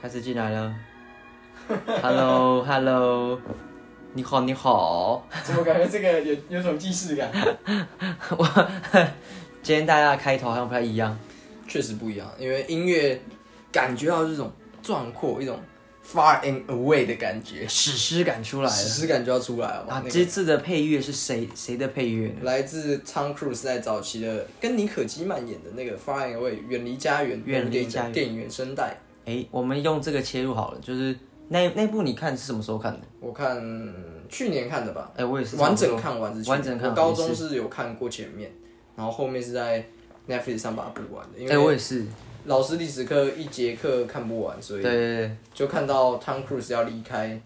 开始进来了。Hello，Hello，你好，你好。 怎么感觉这个有有种既视感？我今天大家的开头好像不太一样。确实不一样，因为音乐感觉到这种壮阔，一种 far and away 的感觉，史诗感出来史了诗感就要出来了嘛。啊！那这个次的配乐是谁谁的配乐呢？来自 Tom Cruise 在早期的跟妮可基曼演的那个 far and away 远离家园，远离家园那部电影的电影原声带，哎，我们用这个切入好了，就是那那部你看是什么时候看的？我看去年看的吧，哎，啊我也是完整看完是去年完整看我完高中是有看过前面，然后后面是在 Netflix 上把它补完的，因哎，为我也是。老师历史课一节课看不完，所对以对对，就看到 Tom Cruise 要离开，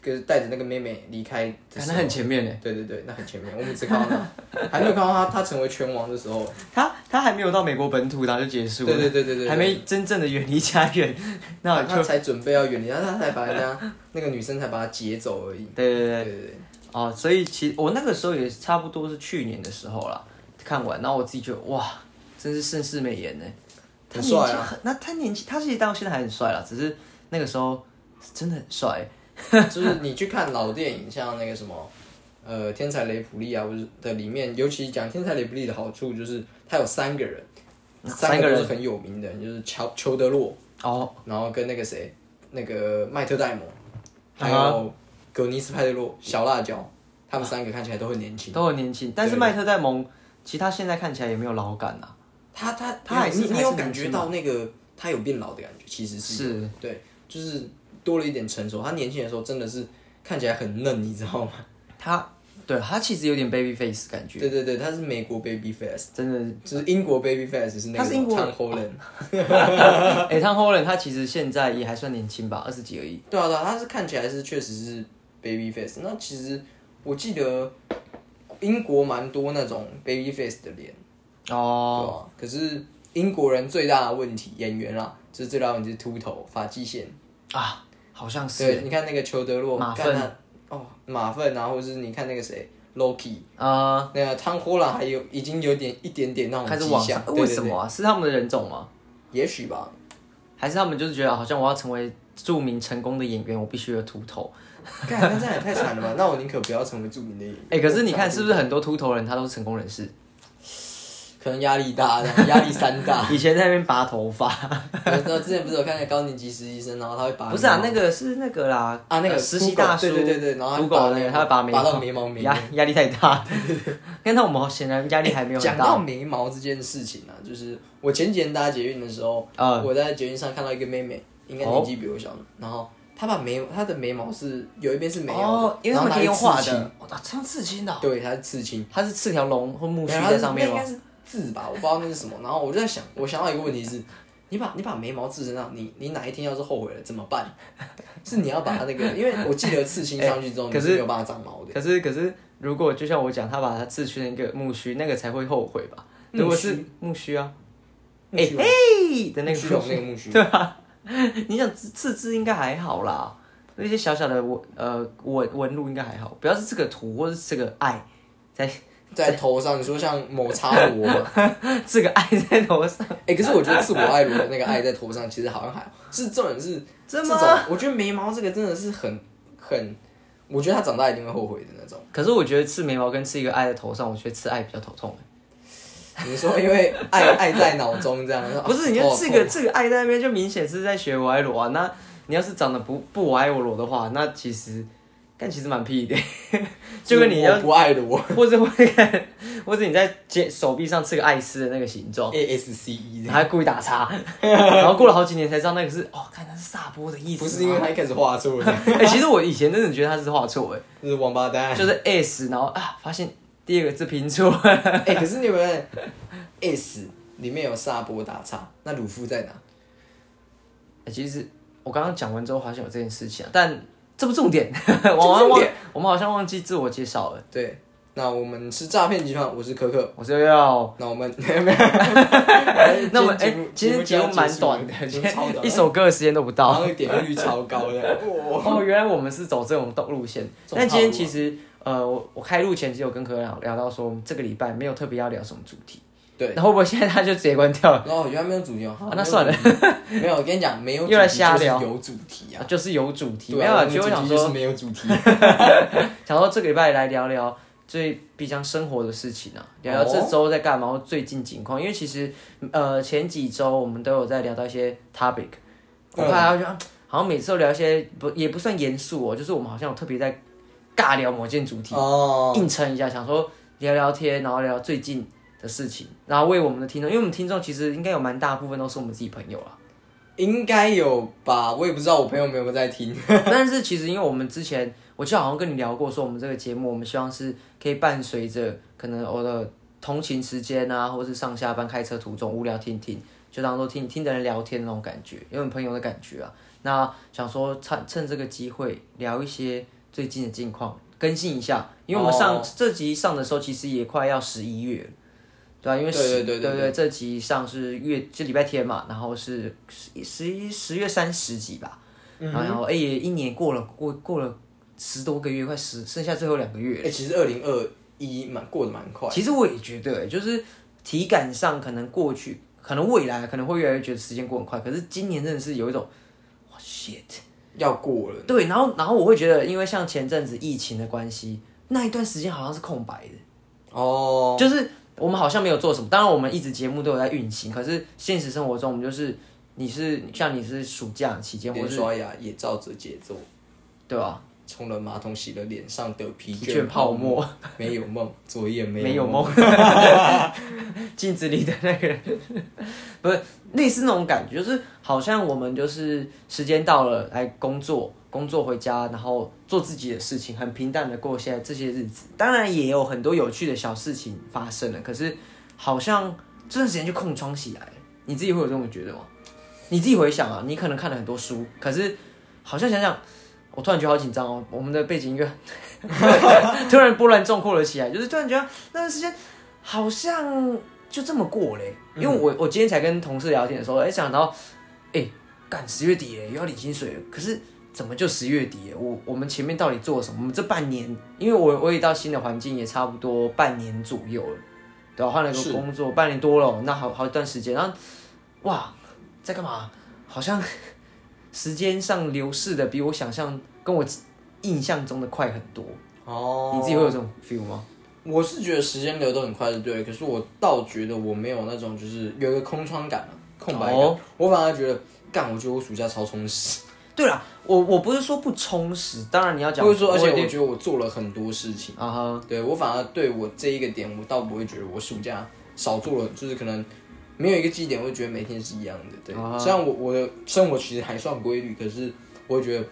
跟带着那个妹妹离开的看时他候，很前面呢。对对对，那很前面，我们只看到他， 还没有看到他他成为拳王的时候，他他还没有到美国本土，然后就结束对了。对对对对，还没真正的远离家园， 那我他就他才准备要远离，他他才把人家 那个女生才把他劫走而已，对对对对对对，哦，所以其实我那个时候也差不多是去年的时候啦，看完，然后我自己觉得哇，真是盛世美颜呢，他很年帅纪啊很，那他年纪他其实到现在还很帅啦，只是那个时候真的很帅，就是你去看老电影，像那个什么，呃，《天才雷普利》啊，不是的里面，尤其讲《天才雷普利》的好处就是它有三个人，哪三三个个人都是很有名的，就是乔裘德洛，哦，然后跟那个谁，那个麦特戴蒙，还啊有格尼斯派特洛、小辣椒，他们三个看起来都很年轻。都很年轻，但是对麦特戴蒙其实他现在看起来也没有老感啊，他他他还是你还你是有年感觉轻啊到那个他有变老的感觉，其实是是对，就是多了一点成熟。他年轻的时候真的是看起来很嫩，你知道吗？他，对他其实有点 baby face 感觉，对对对，他是美国 baby face。真的 就是英国 Babyface 是那个他是英国啊 Tom Holland，哎、汤 h o l a n 他其实现在也还算年轻吧，二十几而已。对啊对啊，他是看起来是确实是 Babyface。那其实我记得英国蛮多那种 Babyface 的脸，哦，哦、可是英国人最大的问题，演员啦，就是最大的问题是秃头、发际线。啊，好像对，是你看那个裘德洛，马干他哦，马粪啊，或者是你看那个谁 Loki，啊、那个汤霍兰还有已经有点一点点那种哦开始迹往象上，，对为什？么啊？是他们的人种吗？对对也许吧， 还是他们就是觉得好像我要成为著名成功的演员，我必须有秃头？干那这样也太惨了吧？那我宁可不要成为著名的演员。哎、可是你看是不是很多秃头人他都是成功人士？可能压力大，这样压力山大。 以前在那边拔头发，我知道之前不是有看那个高年级实习生，然后他会 拔不是啊，眉那个是那个啦毛啊那个呃实习大叔，对对对对，然后土狗那眉个毛他会拔眉拔毛到，眉毛眉毛压。压力太 大。但那我们显然压力还没有哎讲很到大。眉毛这件事情啊，就是我前几天搭捷运的时候，嗯我在捷运上看到一个妹妹，应该哦年纪比我小，然后她把眉她的眉毛是有一边是没有的，哦，因为他们然后她可以用画是刺青，的，哇，这样刺青的哦、对，她是刺青，他是刺条龙或木须然后在上面那应吗该？是痣吧，我不知道那是什么。然后我就在想，我想到一个问题是，你把你把眉毛刺身上，你你哪一天要是后悔了怎么办？是你要把它那个，因为我记得刺青上去之后， 哎你可是是没有办法长毛的。可是可是，如果就像我讲，他把他刺去那个木须，那个才会后悔吧？木须如果是木须啊，木须有嘿哎的那木个须木有须，那个木须， 你想刺刺字应该还好啦，那些小小的纹呃纹纹路应该还好，不要是这个图或是这个爱 在在头上，你说像 某插罗吗？这个爱在头上， 哎、可是我觉得自我爱罗的那个爱在头上，其实好像还好。是重点是这真种吗，我觉得眉毛这个真的是很很，我觉得他长大一定会后悔的那种。可是我觉得刺眉毛跟刺一个爱在头上，我觉得刺爱比较头痛。你说因为爱爱在脑中这样，哦不是，你就就刺个刺个爱在那边，就明显是在学我爱裸啊。那你要是长得不不我爱我裸的话，那其实但其实蛮屁的， 就跟你要我不爱罗或者会看，或者你在肩手臂上刺个爱丝的那个形状， A S C E 还故意打叉， 然后过了好几年才知道那个是哦，看它是萨波的意思，哦不是因为他。一开始画错的， 哎、其实我以前真的觉得他是画错，哎， 就是王八蛋。就是 S，然后啊，发现第二个字拼错，哎、可是你有没有发现 S 里面有萨波打岔？那鲁夫在哪？欸其实我刚刚讲完之后，好像有这件事情、啊，但这不重点， 我不好像重忘点，我们好像忘记自我介绍了。对，那我们是诈骗集团，我是可可。我是要，那 我们没有没有，那我们哎、今今天天节目蛮短的，节今目超短天的，一首歌的时间都不然到。后点率超高 的，哇！哦，原来我们是走这种道路线。这种但今天套路啊其实，呃，我我开录前只有跟柯南聊聊到说，我们这个礼拜没有特别要聊什么主题，对，那会不会现在他就直接关掉了？然后我觉得没有主题哦，啊啊那算了，没有，我跟你讲，没有主又来题瞎就聊是有主题啊啊，就是有主题，对没有啊，啊，我们就我主想题就是说，没有主题， 想说这个礼拜来聊聊最比较生活的事情啊，聊聊这周在干嘛，或最近情况。因为其实呃前几周我们都有在聊到一些 topic，我嗯后来我觉得好像每次都聊一些不也不算严肃哦，就是我们好像有特别在尬聊某件主题，哦，硬撑一下，想说聊聊天，然后聊聊最近的事情，然后为我们的听众，因为我们听众其实应该有蛮大部分都是我们自己朋友啊。应该有吧，我也不知道我朋友有没有在听， 但是其实因为我们之前，我记得好像跟你聊过，说我们这个节目，我们希望是可以伴随着可能我的通勤时间啊，或是上下班开车途中无聊听听，就当做听听的人聊天那种感觉，有点朋友的感觉啊。那想说趁趁这个机会聊一些最近的近况，更新一下，因为我们哦上、这集上的时候其实也快要十一月了。对啊，因为对十对对对对对，这集上是月就礼拜天嘛，然后是十十一十月三十集吧，嗯然后然后哎、也一年过了过过了十多个月，快十剩下最后两个月。哎、其实二零二一蛮过得蛮快，其实我也觉得、就是体感上可能过去，可能未来可能会越来越觉得时间过很快，可是今年真的是有一种，哇 shit，要过了，对，然后然后我会觉得，因为像前阵子疫情的关系，那一段时间好像是空白的。哦，就是我们好像没有做什么，当然我们一直节目都有在运行，可是现实生活中我们就是你是像你是暑假期间或边是刷牙也照着节奏，对吧、冲啊了马桶洗了脸上的疲疲倦泡沫，没有梦，昨夜没没有有梦， 镜子里的那个人，不是类似那种感觉，就是好像我们就是时间到了来工作，工作回家，然后做自己的事情，很平淡的过现在这些日子。当然也有很多有趣的小事情发生了，可是好像这段时间就空窗起来了。你自己会有这种觉得吗？你自己回想啊，你可能看了很多书，可是好像想想，我突然觉得好紧张哦。我们的背景音乐 突然波澜壮阔了起来，就是突然觉得那段时间好像就这么过嘞、因为我我今天才跟同事聊天的时候，哎、想到，哎、赶十月底嘞，又要领薪水了，可是怎么就十月底了？我我们前面到底做了什么？我们这半年，因为我我也到新的环境，也差不多半年左右了，对吧、换了个是工作，半年多了，那好好一段时间，然后哇，在干嘛？好像 时间上流逝的比我想象跟我印象中的快很多。哦，你自己会有这种 feel 吗？我是觉得时间流得很快是对的，可是我倒觉得我没有那种就是有一个空窗感啊，空白感。哦我反而觉得，干，我觉得我暑假超充实，对啦，我我不是说不充实，当然你要讲，或者说，而且我我觉得我做了很多事情。啊哈，对我反而对我这一个点，我倒不会觉得我暑假少做了，就是可能没有一个基点，我会觉得每天是一样的。对，啊虽然我我的生活其实还算规律，可是我会觉得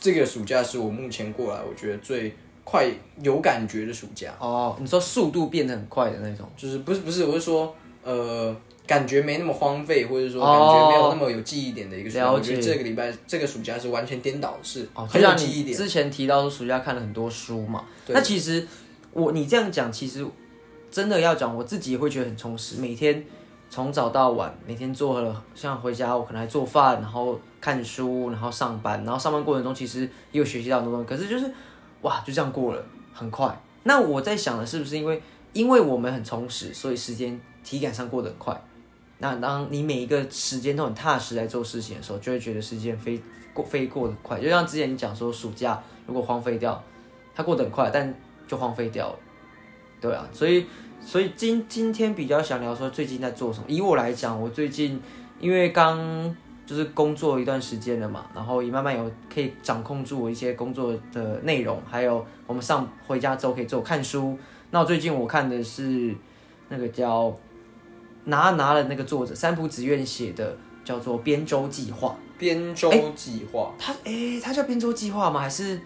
这个暑假是我目前过来我觉得最快有感觉的暑假。哦，你说速度变得很快的那种，就是不是不是，我是说，呃，感觉没那么荒废，或者说哦感觉没有那么有记忆点的一个暑假。了我觉得解这个礼拜这个暑假是完全颠倒，是哦，就很有像记忆你点。之前提到说暑假看了很多书嘛，对那其实我你这样讲，其实真的要讲，我自己也会觉得很充实，每天从早到晚，每天做了，像回家我可能还做饭，然后看书，然后上班，然后上班过程中其实也有学习到很多东西，可是就是哇，就这样过了，很快。那我在想的是不是因为因为我们很充实，所以时间体感上过得很快。那当你每一个时间都很踏实来做事情的时候，就会觉得时间飞过飞过得快。就像之前你讲说，暑假如果荒废掉，它过得很快，但就荒废掉了。对啊，所以所以今今天比较想聊说最近在做什么。以我来讲，我最近因为刚就是工作一段时间了嘛，然后也慢慢有可以掌控住我一些工作的内容，还有我们上回家之后可以做看书。那我最近我看的是那个叫拿拿了那个作者三浦子苑写的叫做《边州计划》。边州哎计划，他诶、他叫边州计划吗？还是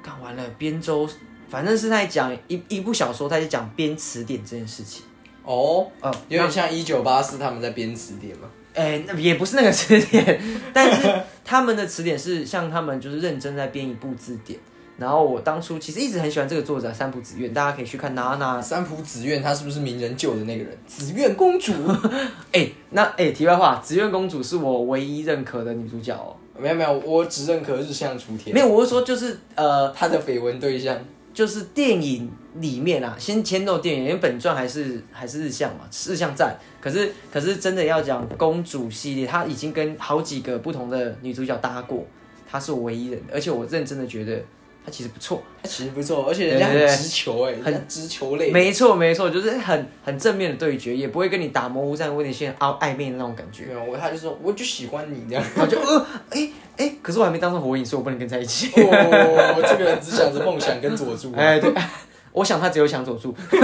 干完了边州？反正是在讲一一部小说，他在讲编词典这件事情。哦，呃，有点像一九八四他们在编词典嘛。诶、那也不是那个词典， 但是他们的词典是像他们就是认真在编一部字典。然后我当初其实一直很喜欢这个作者三浦子苑，大家可以去看娜 娜。三浦紫苑，她是不是名人救的那个人？紫苑公主？ 诶、那诶、题外话，紫苑公主是我唯一认可的女主角哦。没有没有，我只认可日向雏田，没有，我是说就是呃，她的绯闻对象就是电影里面啊，先前头电影，因为本传还是还是日向嘛，日向赞。可是可是真的要讲公主系列，她已经跟好几个不同的女主角搭过，她是我唯一人，而且我认真的觉得她其实不错。他其实不错，而且人家对对很对直球哎、很人家直球类，没错没错，就是很很正面的对决，也不会跟你打模糊战、问你线暧暧昧的那种感觉。没有我他就说我就喜欢你 这样。然后就呃哎哎，可是我还没当上火影，所以我不能跟在一起。哦，这个人只想着梦想跟佐助、 啊哎，对， 我想他只有想佐助，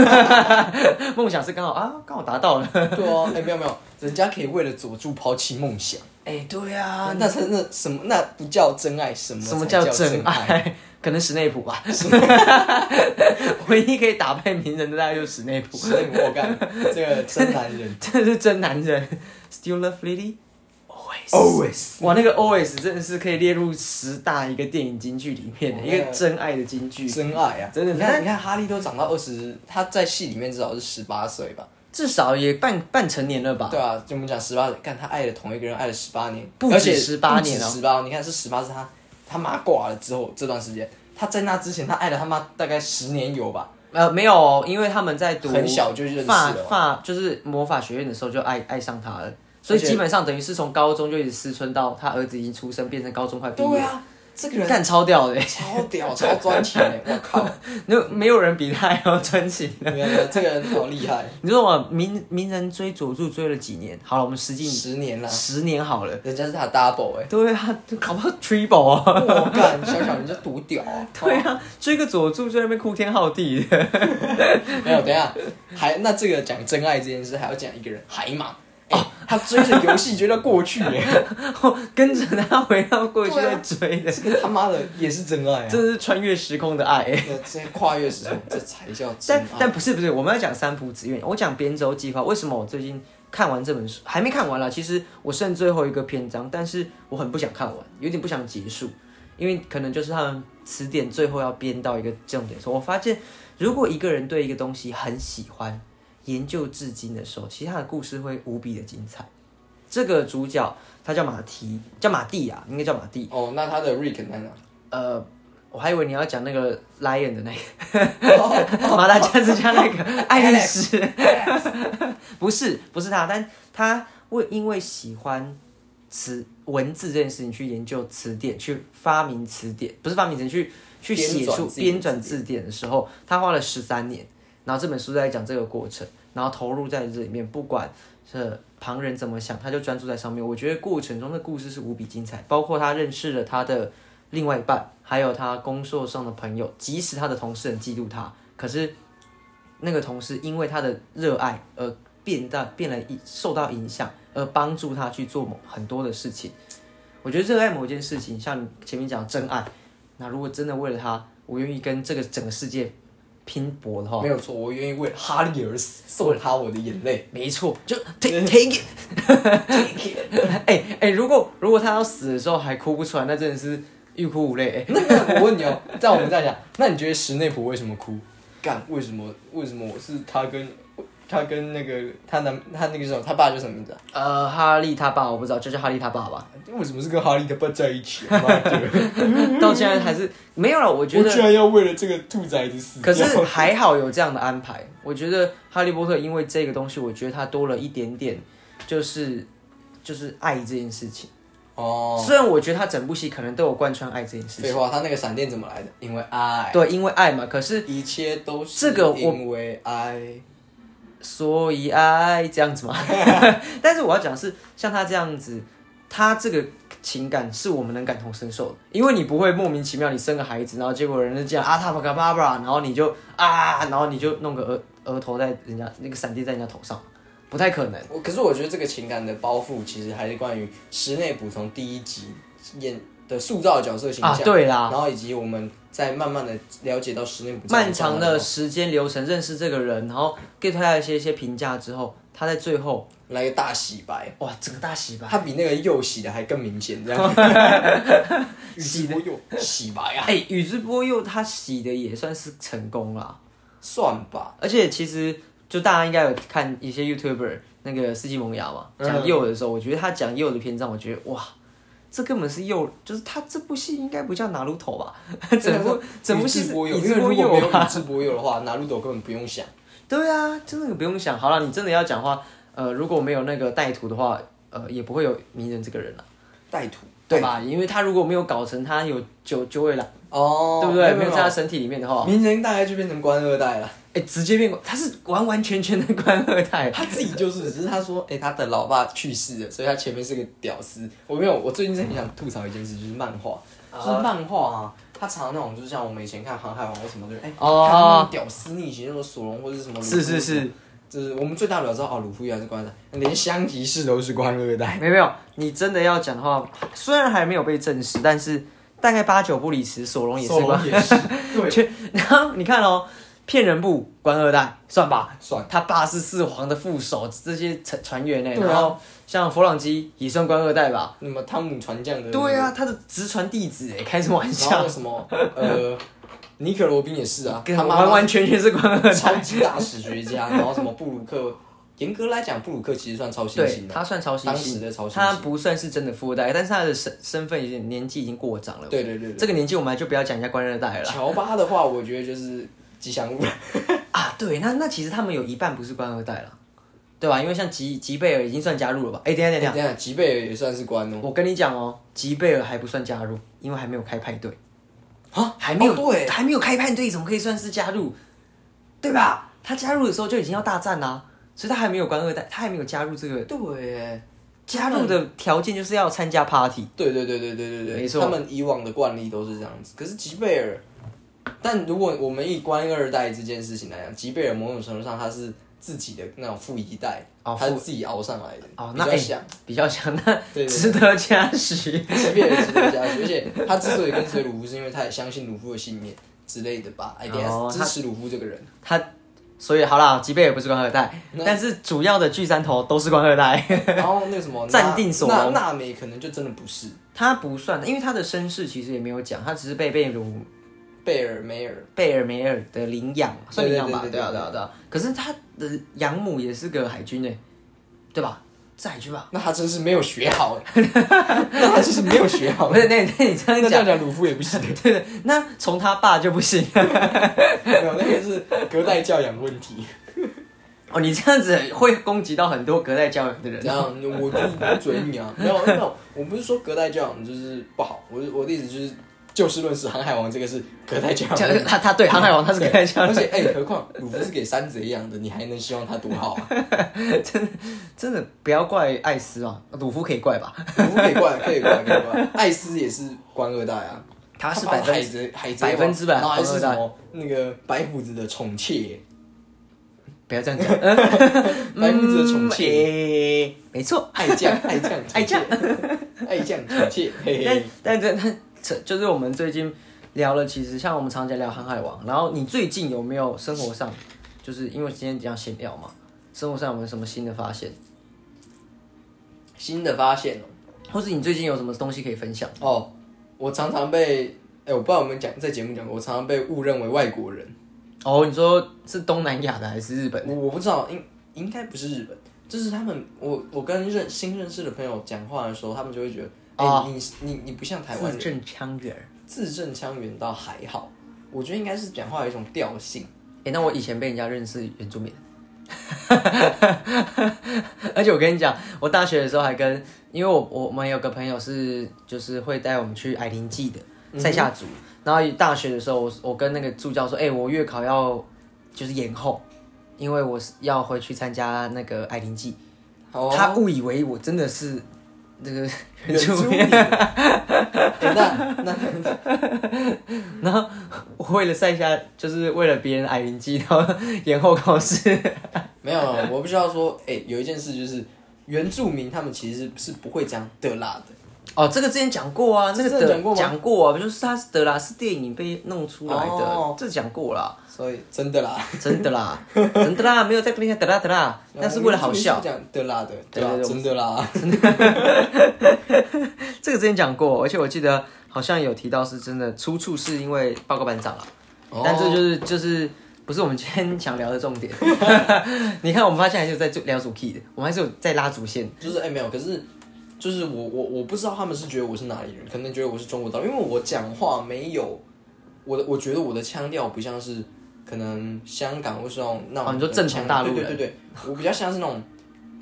梦想是刚好啊，刚好达到了。对啊，哎、没有没有，人家可以为了佐助抛弃梦想哎、对啊啊，那才那什么那不叫真爱，什么什什么叫叫真爱？爱？ 可能史内普吧， 唯一可以打败鸣人的大概就是史内普，所以我干这个真男人 真的是真男人。Still love lady， ，always 哇，那个 always 真的是可以列入十大一个电影金句里面的哦一个真爱的金句，真爱啊！真的你看你看哈利都长到二十，他在戏里面至少是十八岁吧？至少也半半成年了吧？对啊，就我们讲十八岁，干他爱了同一个人爱了十八年，不止而且18年哦十八，你看是十八是他他妈挂了之后这段时间，他在那之前他爱了他妈大概十年有吧？呃，没有、哦，因为他们在读很小就认识了法嘛法就是魔法学院的时候就爱爱上他了，所以而且基本上等于是从高中就一直思春到他儿子已经出生，变成高中快毕业，对啊，这个人干超屌的欸、超屌， 超赚钱欸，我靠！那没有人比他还要专情的。没有没有，这个人好厉害，你知道吗？名名人追佐助追了几年？好了，我们实际十年了，十年好了。人家是他的 double 哎、对啊，搞不好 triple 啊！ 我干，小小人就独屌啊！对啊，追个佐助在那边哭天耗地 的。 没有，等一下，还那这个讲真爱这件事，还要讲一个人海马。哎、他追着游戏追到过去耶、 跟着他回到过去对再啊追的，这个他妈的也是真爱啊！ 真的是穿越时空的爱、欸。这这跨越时空，这才叫真但爱。但不是不是，我们要讲三浦紫苑，我讲边州计划。为什么我最近看完这本书还没看完啦？其实我剩最后一个篇章，但是我很不想看完，有点不想结束，因为可能就是他们词典最后要编到一个重点的时候，我发现如果一个人对一个东西很喜欢，研究至今的时候，其实他的故事会无比的精彩。这个主角他叫马蹄，叫马蒂啊，应该叫马蒂。哦，那他的 Rick 在哪？呃，我还以为你要讲那个 lion 的那个， 马达加斯加那个爱丽丝， 不是不是他，但他为因为喜欢词文字这件事情去研究词典，去发明词典，不是发明词典，去去写编纂出自己的编纂字典的时候，他花了十三年。然后这本书在讲这个过程，然后投入在这里面，不管是旁人怎么想，他就专注在上面。我觉得过程中的故事是无比精彩，包括他认识了他的另外一半，还有他工作上的朋友，即使他的同事很嫉妒他，可是那个同事因为他的热爱而变到变了一受到影响，而帮助他去做某很多的事情。我觉得热爱某件事情，像你前面讲的真爱，呃那如果真的为了他，我愿意跟这个整个世界拼搏的话，没有错，我愿意为哈利而死，送他我的眼泪。没错，就 take take it。哎哎、如果如果他要死的时候还哭不出来，那真的是欲哭无泪、哎那那我问 你哦，在我们这样讲，那你觉得史内普为什么哭？干，为什么？为什么我是他跟他跟那个他男他那个什么，他爸叫什么名字啊？呃，哈利他爸我不知道，就叫哈利他爸吧。为什么是跟哈利他爸在一起、啊？妈的 到现在还是没有了，嗯我觉 我居得。然要为了这个兔崽子死可掉！是还好有这样的安排。我觉得《哈利波特》因为这个东西，我觉得它多了一点点，就是就是爱这件事情。哦，虽然我觉得它整部戏可能都有贯穿爱这件事废情，话，他那个闪电怎么来的？因为爱，对，因为爱嘛。可是一切都是这个我因为爱。所以爱这样子 嘛。但是我要讲的是，像他这样子，他这个情感是我们能感同身受的，因为你不会莫名其妙你生个孩子，然后结果人家这样啊他巴嘎巴巴，然后你就啊，然后你就弄个额额头在人家那个闪电在人家头上，不太可能。我可是我觉得这个情感的包袱，其实还是关于室内补从第一集演的塑造的角色形象，啊对啦然后以及我们在慢慢的了解到室内补漫长的时间流程认识这个人，然后给他一些一些评价之后，他在最后哎来个大洗白，哇整个大洗白。他比那个右洗的还更明 显，这样。 洗的右洗白啊，哎、宇智波鼬他洗的也算是成功啦。算吧。而且其实就大家应该有看一嗯些 YouTuber 那个四季萌芽嘛，讲幼的时候，我觉得他讲幼的篇章，我觉得哇，这根本是右，就是他这部戏应该不叫拿路头吧？ 真整的部是整部宇戏智是波宇鼬，因为智波如果没有鼬吧宇智波鼬的话，拿路斗根本不用想。对啊，就那个不用想。好了，你真的要讲话，呃，如果没有那个带图的话，呃，也不会有鸣人这个人了、带土对吧？因为他如果没有搞成他有九九尾狼，哦，对不对？没没有有在他身体里面的话，鸣人大概就变成官二代了，哎，直接变过，他是完完全全的 官二代。他自己就是，只是他说，哎、他的老爸去世了，所以他前面是个屌丝。我没有，我最近真的很想吐槽一件事，就是漫画，就是漫画啊，他常那种，就是像我们以前看《航海王》或什么的，哎、哦看那种屌丝逆袭，那种索隆或者是什么，是是是，，就是我们最大不了知道哦，鲁夫原来是官二代，连香吉士都是官二代。没有没有，你真的要讲的话，虽然还没有被证实，但是大概八九不离十，索隆也是索官隆也 是，对，去，然后你看哦，骗人部官二代算吧，算他爸是四皇的副手，这些船船员呢、对啊然后像弗朗基也算官二代吧？那么汤姆船匠的，对啊，，他的直传弟子哎、开什么玩然笑后？什么呃，尼克罗宾也 是啊，跟他妈完妈完全全是 官二超代，级大史学家，然后什么布鲁克，严格来讲，布鲁克其实算超新对星的，他算超新当时星，的超新他星。不算是真的富二代，但是他的身身份已经年纪已经过长了。对对对对，这个年纪我们就不要讲人家官二代了啦乔巴的话，我觉得就是吉祥物，啊。对，那那其实他们有一半不是官二代了，对吧？因为像吉吉贝尔已经算加入了吧？哎，等一下等一下这，样吉贝尔也算是官哦。我跟你讲哦，吉贝尔还不算加入，因为还没有开派对，啊，还没有、哦对，还没有开派对，怎么可以算是加入？对吧？他加入的时候就已经要大战啦、所以他还没有官二代，他还没有加入这个。对耶，加入的条件就是要参加 party，对对对对对对对，没错他们以往的惯例都是这样子。可是吉贝尔，但如果我们以官二代这件事情来讲，吉贝尔某种程度上他是自己的那种富一代，哦他是自己熬上来的，哦比那较哎像。比较像对对那值得嘉许。 随便人家家去，而且他之所以跟随鲁夫，是因为他也相信鲁夫的信念之类的吧？I guess、哦支他持鲁夫这个 人，所以好啦，吉贝尔不是官二代那，但是主要的巨三头都是官二代，然后那个什么暂那定索那隆娜美可能就真的不是他不算，因为他的身世其实也没有讲，他只是被贝鲁贝尔梅尔，贝尔梅尔的领养，算领养吧，对对对对对啊对对啊对啊。可是他的养母也是个海军诶、对吧？是海军吧？那他真是没有学 好，那他就是没有学好不。是，那那你这那样这讲，样讲鲁夫也不行，对对，那从他爸就不行没有那个是隔代教养问题。哦。你这样子会攻击到很多隔代教养的人这。样我就嘴你啊，没有没有，我不是说隔代教养就是不好，我我的意思就是就事论事，《航海王》这个是隔代教养这问题样，他他对航海王他是隔代教而养，且哎、何况鲁夫是给山贼养的，你还能希望他多好啊？真的不要怪艾斯啊，鲁夫可以怪吧？鲁夫可以怪，可以怪，可以怪。艾斯也是官二代啊，他是把百分海之贼海贼百分之百然后还是官什二代么那个白胡子的宠妾，不要这样讲，白胡子的宠妾，妾，没错。 爱将爱将嗯爱将宠妾爱将宠妾，嘿但嘿。但这但这就是我们最近聊了，其实像我们常讲聊《航海王》，然后你最近有没有生活上，就是因为今天讲闲聊嘛，生活上有没有什么新的发现，新的发现哦，或是你最近有什么东西可以分享？哦，我常常被哎、我不知道我们讲在节目讲过，我常常被误认为外国人，哦，你说是东南亚的还是日本？我我不知道，应应该不是日本，就是他们，我我跟认新认识的朋友讲话的时候，他们就会觉得，哎、啊你你你不像台湾字人，正腔圆。字正腔圆倒还好，我觉得应该是讲话有一种调性，哎、那我以前被人家认识原住民， 而且我跟你讲，我大学的时候还跟，因为我我我们有个朋友是就是会带我们去矮林记嗯的塞夏族，然后大学的时候我我跟那个助教说，哎、我月考要就是延后，因为我是要回去参加那个矮林记，哦，他误以为我真的是那个原原住住民，民， 哎那那然后我 为了塞夏，就是为了别人矮林记，然后 延后考试。没有，我不需要说，哎、有一件事就是。原住民他们其实是不会讲的啦的， 哦，这个之前讲过啊，那个这德讲过吗讲过啊，就是它是德拉斯电影被弄出来的，哦这讲过啦，所以真的啦，真的啦，真的啦，没有在跟你讲德拉德拉，但是为了好笑，原住民是讲的啦的，对对吧？对对真的啦，这个之前讲过，而且我记得好像有提到是真的，出处是因为报告班长啊，但这就是就是。不是我们今天想聊的重 点，你看我们发现还是有在做聊主 key 的，我们还是有在拉主线。就是哎、没有，可是就是我我我不知道他们是觉得我是哪里人，可能觉得我是中国大陆，因为我讲话没有我的，我觉得我的腔调不像是可能香港或是那种那哦种你说正常大陆人对对对对，我比较像是那种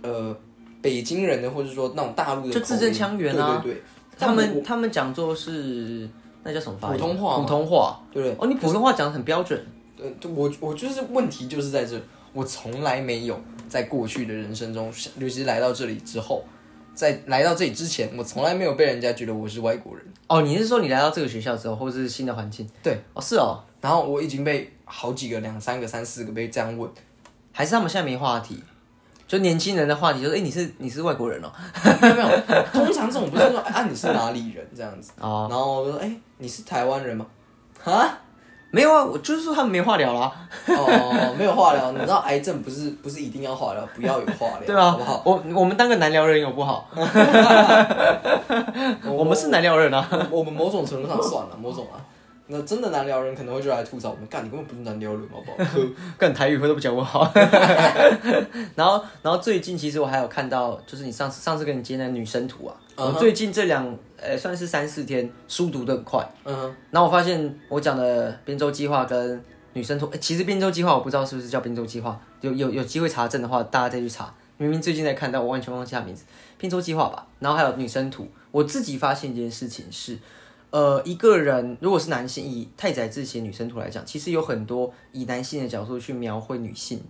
呃北京人的，或者说那种大陆的口音，就字正腔圆啊对对对，他但们他们讲座是那叫什么发音？普通话吗普通话。对哦，你普通话讲的很标准。呃，就我我就是问题就是在这，我从来没有在过去的人生中，尤其是来到这里之后，在来到这里之前，我从来没有被人家觉得我是外国人。哦，你是说你来到这个学校之后，或是新的环境？对。哦，是哦，然后我已经被好几个、两三个、三四个被这样问， 还是他们现在没话题？就年轻人的话题，就是哎、诶你是你是外国人哦。没有没有，通常这种不是说啊你是哪里人这样子，哦，然后我就说哎你是台湾人吗？啊？没有啊，我就是说他们没话聊啦。哦，没有话聊，你知道癌症不是不是一定要话聊，不要有话聊，对啊，好不好？我我们当个难聊人有不好？ 我们是难聊人啊。我我们某种程度上算了，某种啊，那真的难聊人可能会就来吐槽我们，干你根本不是难聊人，好 不好？干台语会都不讲我好。 然后，然后最近其实我还有看到，就是你上次上次跟你接那个女生图啊我最近这两呃算是三四天书读的很快，嗯哼，然后我发现我讲的编舟计划跟女生图，诶其实编舟计划我不知道是不是叫编舟计划，有有有机会查证的话，大家再去查。明明最近才看到，我完全忘记它名字，编舟计划吧。然后还有女生图，我自己发现一件事情是，呃，一个人如果是男性，以太宰治写女生图来讲，其实有很多以男性的角度去描绘女性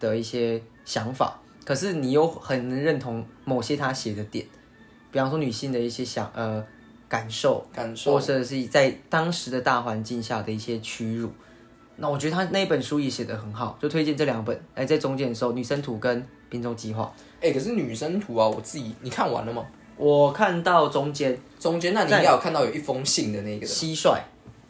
的一些想法，可是你又很能认同某些他写的点，比方说女性的一些想呃感受。感或受者哦是在当时的大环境下的一些屈辱。那我觉得他那一本书也写得很好，就推荐这两本。哎，在中间的时候，《女生图》跟《冰州计划哎、可是女生图啊，我自己你看完了吗？》，我看到中间中间那你应该有看到有一封信的那个，蟋蟀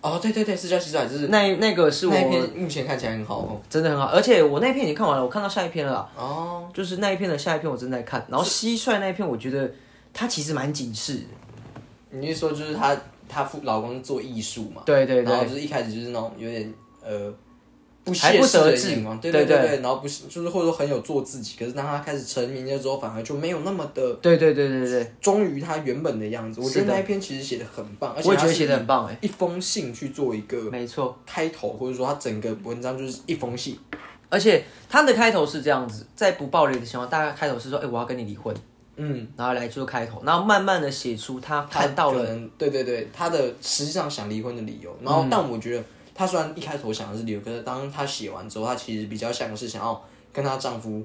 哦，对对对，是叫蟋蟀，就是那那个是那一我篇目前看起来很好哦。真的很好，而且我那一篇已经看完了，我看到下一篇了啦。哦，就是那一篇的下一篇我正在看，然后蟋蟀那一篇，我觉得它其实蛮警示的。你是说就是她她父老公做艺术嘛？对对对然后就是一开始就是那种有点呃不还屑不世得的志眼光，对对对对，然后不是就是或者说很有做自己，可是当她开始成名了之后，反而就没有那么的对对对对对，忠于她原本的样子。我觉是得那一篇其实写的很棒，而且我也觉它得是写的很棒哎、一封信去做一个没错。开头，或者说它整个文章就是一封信。而且它的开头是这样子，在不暴力的情况，下，大家开头是说，哎、我要跟你离婚。嗯，然后来做开头，然后慢慢的写出他看到可了，能对对对，他的实际上想离婚的理由。然后，嗯但我觉得她虽然一开头想的是理由，可是当她写完之后，她其实比较像是想要跟她丈夫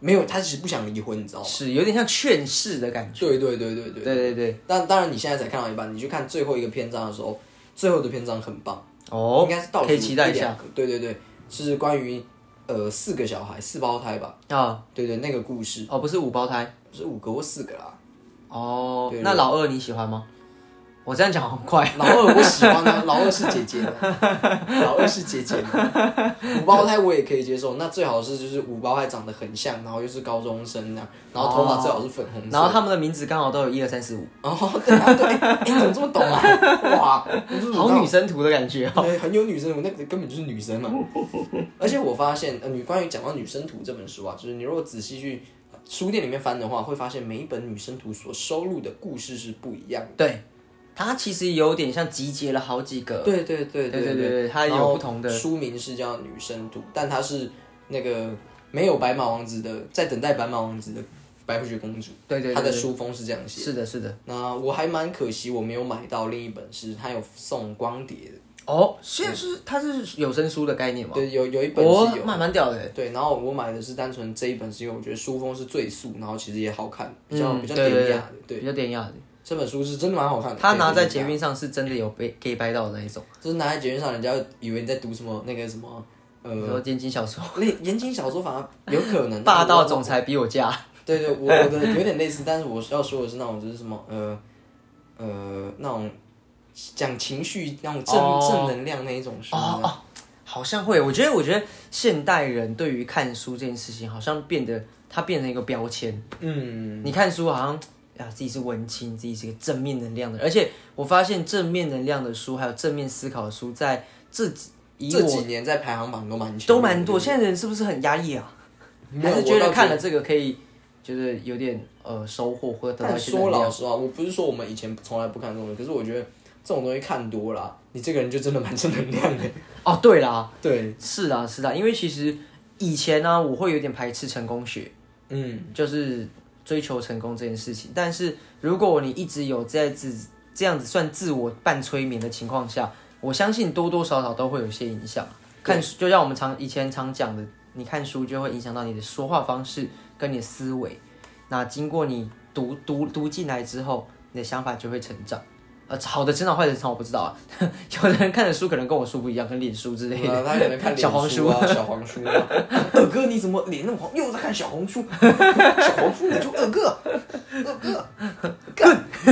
没有，她其实不想离婚，你知道吗？是有点像劝世的感觉。对对对对对对。对对，但当然，你现在才看到一半，你去看最后一个篇章的时候，最后的篇章很棒，哦，应该是倒数可以期待一下两个。对对对，是关于呃四个小孩四胞胎吧？啊。对对，那个故事哦，不是五胞胎是五个或四个啦。哦对。对那老二你喜欢吗？我这样讲很快，老二我喜欢啊，老二是姐姐的，老二是姐姐的。五胞胎我也可以接受，那最好是就是五胞胎长得很像，然后又是高中生那样，然后头发最好是粉红色。哦然后他们的名字刚好都有一二三四五，哦，对啊，对，哎、你怎么这么懂啊？哇，你是好女生哦图的感觉。对，很有女生，我那个根本就是女生嘛。而且我发现，呃，女关于讲到女生图这本书啊，就是你如果仔细去书店里面翻的话，会发现每一本女生图所收录的故事是不一样的。对，它其实有点像集结了好几个。对对对对对对对它有然后不同的书名是叫《女生图》，但它是那个没有白马王子的，在等待白马王子的白雪公主。对对对她的书封是这样写。是的，是的。那我还蛮可惜，我没有买到另一本是它有送光碟的，哦，现在是它是有声书的概念吗？对，有有一本哦是有，。蛮蛮屌的。对，然后我买的是单纯这一本，是因为我觉得书封是最素，然后其实也好看，比较、嗯比较对典对雅的。对，比较典雅的。这本书是真的蛮好看的。他拿在节捷运上是真的有被 gay 掰到的那一种，就是拿在节目上，人家会以为你在读什么那个什么呃比如说言情小 说，类言情小说反而有可能霸道我总裁比我嫁。 对对，我我的有点类似，但是我要说的是那种就是什么呃呃那种讲情绪那种正、哦正能量那一种书哦呢，哦，好像会。我觉得，我觉得现代人对于看书这件事情，好像变得它变成一个标签。嗯，你看书好像。啊，自己是文青，自己是个正面能量的人，而且我发现正面能量的书，还有正面思考的书，在这几以我这几年在排行榜都蛮前面的都蛮多。现在人是不是很压抑啊？没还有是觉我倒得觉看了这个可以就是有点呃收获或得到但一些能说量老实话，我不是说我们以前从来不看这种东西，可是我觉得这种东西看多了啊，你这个人就真的蛮正能量的。哦，对啦，对，是啦是啦，啊因为其实以前呢、我会有点排斥成功学，嗯，就是追求成功这件事情。但是如果你一直有在自这样子算自我半催眠的情况下，我相信多多少少都会有些影响。看书，就像我们常以前常讲的，你看书就会影响到你的说话方式跟你的思维。那经过你读读读进来之后，你的想法就会成长。呃，好的成长，坏的成长，我不知道啊。 有的人看的书可能跟我书不一样，跟脸书之类的。啊他可能看脸 小黄书啊，小黄 书啊。二哥，你怎么脸那么黄？又在看小红书？小红书你就二哥，二哥，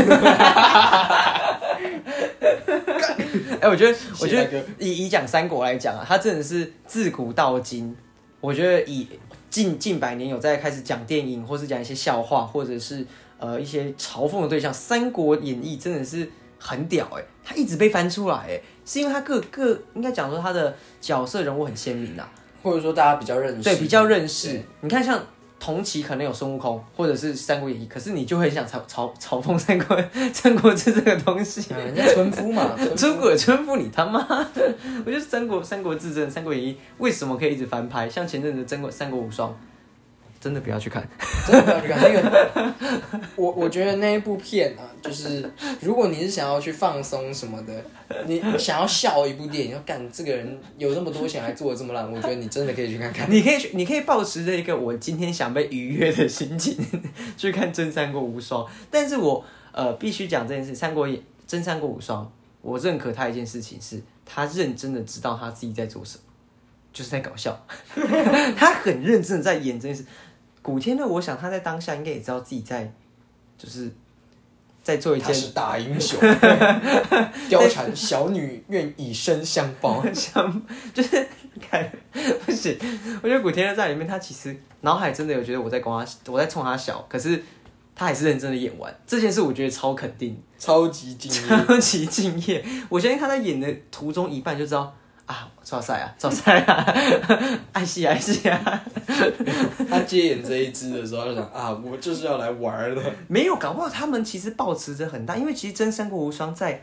哎、我觉得，我觉谢大得以以讲三国来讲啊，它真的是自古到今，我觉得以近近百年有在开始讲电影，或是讲一些笑话，或者是呃一些嘲讽的对象，《三国演义》真的是很屌哎、它一直被翻出来哎、是因为它各各应该讲说它的角色人物很鲜明啊，或者说大家比较认识，对，比较认识。你看像。同期可能有孙悟空，或者是《三国演义》，可是你就会很想嘲嘲嘲讽《三国三国志》这个东西。啊，人家村 夫嘛，村春鬼春夫你他妈！ 我觉得《三国》《三国志》真的《三国演义》为什么可以一直翻拍？像前阵子的《三国》《三国无双》，真的不要去看。真的不要去看那个。我我觉得那一部片啊，就是如果你是想要去放松什么的，你想要笑一部电影，要干这个人有那么多钱还做的这么烂，我觉得你真的可以去看看。你可以去，你可以保持着一个我今天想被愉悦的心情去看《真三国无双》，但是我呃必须讲这件事，《三国演真三国无双》，我认可他一件事情是，他认真的知道他自己在做什么，就是在搞笑， 他很认真的在演这件事。古天乐，我想他在当下应该也知道自己在，就是在做一他件是大英 雄，貂蝉小女愿以身相 报。像就是 看不行，我觉得古天乐在里面，他其实脑海真的有觉得我在光他，我在冲他笑，可是他还是认真的演完这件事，我觉得超肯定，超级敬业。超级敬业。我相信他在演的途中一半就知道啊，赵赛啊，赵赛啊， 爱戏爱戏啊，他接演这一支的时候，他就想啊，我就是要来玩儿的。没有，搞不好他们其实抱持着很大，因为其实《真三国无双》在，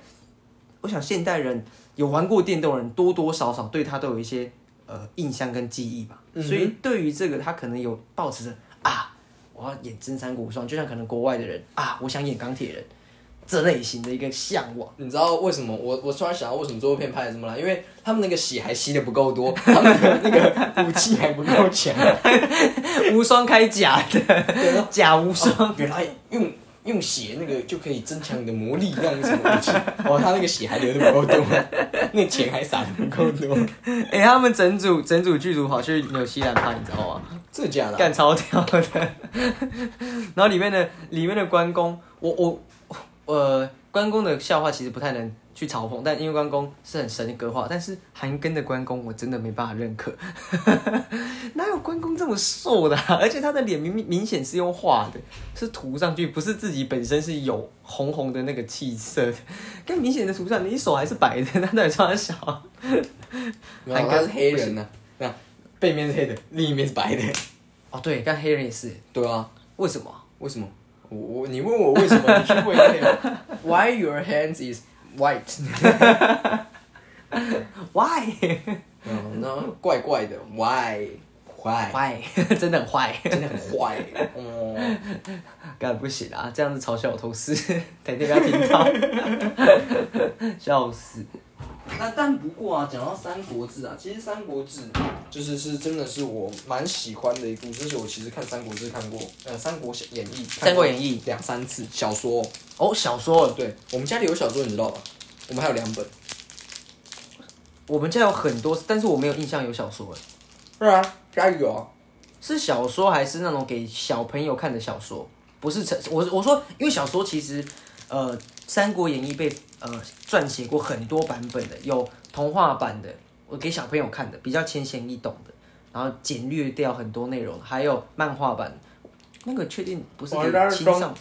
我想现代人有玩过电动的人多多少少对他都有一些呃印象跟记忆吧，嗯哼所以对于这个他可能有抱持着啊，我要演《真三国无双》，就像可能国外的人啊，我想演钢铁人这类型的一个向往。 你知道为什么我我突然想到为什么这部片拍的这么烂？因为他们那个血还吸的不够多，他们的那个武器还不够强。啊无双开甲对的，甲无双。哦原来用用血那个就可以增强你的魔力，那样子武器。 哦，他那个血还流的不够多，那钱还撒的不够多，哎、他们整组整组剧组跑去纽西兰拍，你知道吗？这假的啊、干超屌的。 然后里面的里面的关公，我我呃关公的笑话其实不太能去嘲讽，但因为关公是很神的歌话，但是韩庚的关公我真的没办法认可， 哪有关公这么瘦的啊、而且他的脸明明明显是用画的，是涂上去，不是自己本身是有红红的那个气色的，更明显的涂上，你手还是白的，那到底穿小、没有，他是黑人呢、那背面是黑的，另一面是白的。哦，对，干黑人也是，对啊，为什么 啊？为什么？我我你问我为什么？你去问一遍 Why your hands is white？ Why？嗯，然后怪怪的，Why？坏，坏，真的很坏。真的很坏。 哦，干不行啊！这样子嘲笑我同事， 等一下被他听到， 笑死！那但不过啊，讲到《三国志》啊，其实《三国志》就是是真的是我蛮喜欢的一部，就是我其实看《三国志》看过，呃，《三国演义》三看过《国演义两三次小说哦、哦，小说，对我们家里有小说，你知道吧？我们还有两本。我们家有很多，但是我没有印象有小说，是啊，家里有啊。是小说还是那种给小朋友看的小说？不是成，我我说，因为小说其实，呃，《三国演义被》呃撰写过很多版本的，有童话版的，我给小朋友看的，比较浅显易懂的，然后简略掉很多内容，还有漫画版，那个确定不是我给那是青装少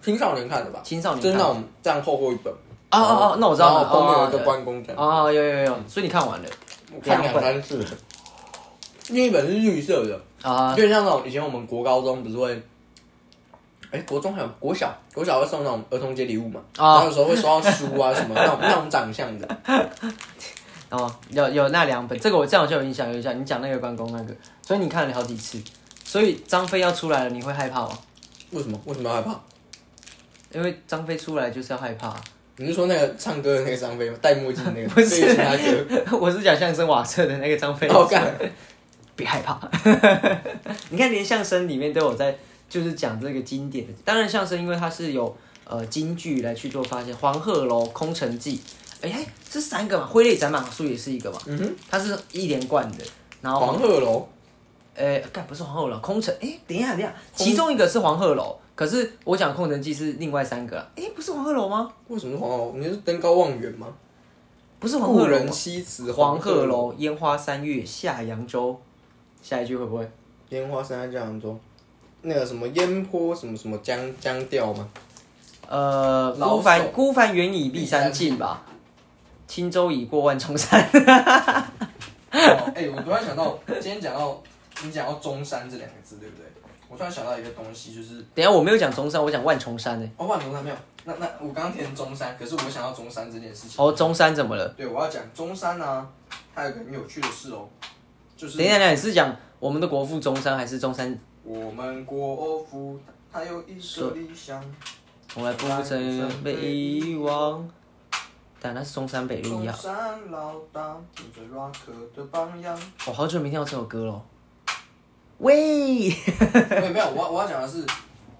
青少年看的吧？青少年就是看那的种这样厚厚一本。哦哦哦，那我知道了。然后后面有一个哦关公这样，哦，有有有，所以你看完了我看两三次了。另一本是绿色的，啊？就像那种以前我们国高中不是会哎，国中还有国小，国小会送那种儿童节礼物嘛，啊然后有时候会收到书 啊什么那种那种长相的，哦，有有那两本，这个我这样我就有印象，有印象。你讲那个关公那个，所以你看了好几次。所以张飞要出来了，你会害怕吗？为什么为什么要害怕？因为张飞出来就是要害怕。 你是说那个唱歌的那个张飞吗？戴墨镜那个？不是所以他歌。 我是讲相声瓦舍的那个张飞，哦干别害怕。 你看，连相声里面都有在，就是讲这个经典的。当然，相声因为它是有呃京剧来去做发现，《黄鹤楼》《空城计》哎、哎，这三个嘛，《挥泪斩马谡》也是一个嘛，嗯哼，它是一连贯的。然后黄鹤楼呃，干不是黄鹤楼，空城。哎，等一下，等一下，空其中一个是黄鹤楼，可是我讲空城计是另外三个啦。哎，不是黄鹤楼吗？为什么是黄鹤楼？你是登高望远吗？不是黄故鹤楼人吗，西辞黄鹤鹤，楼，烟花三月下扬州。下一句会不会？烟花三在扬州。那个什么烟波什么什么江江调吗？呃，老孤帆叟孤帆远影碧山近吧，轻舟已过万重山。 哦哎、我突然想到，今天讲到你讲到中山这两个字，对不对？我突然想到一个东西，就是等一下我没有讲中山，我讲万重山呢、哦，万中山没有。那那我刚刚填中山，可是我想到中山这件事情。哦，中山怎么了？对，我要讲中山啊，还有一个很有趣的事哦，就是等一下，等一下，你是讲我们的国父中山，还是中山我们国父他有一是个理想，从来不曾被遗忘？但那是中山北路一中样。山老大有着 rock 的榜样。 我、哦好久没听到这首歌了。喂，没有没有，我要我要讲的是，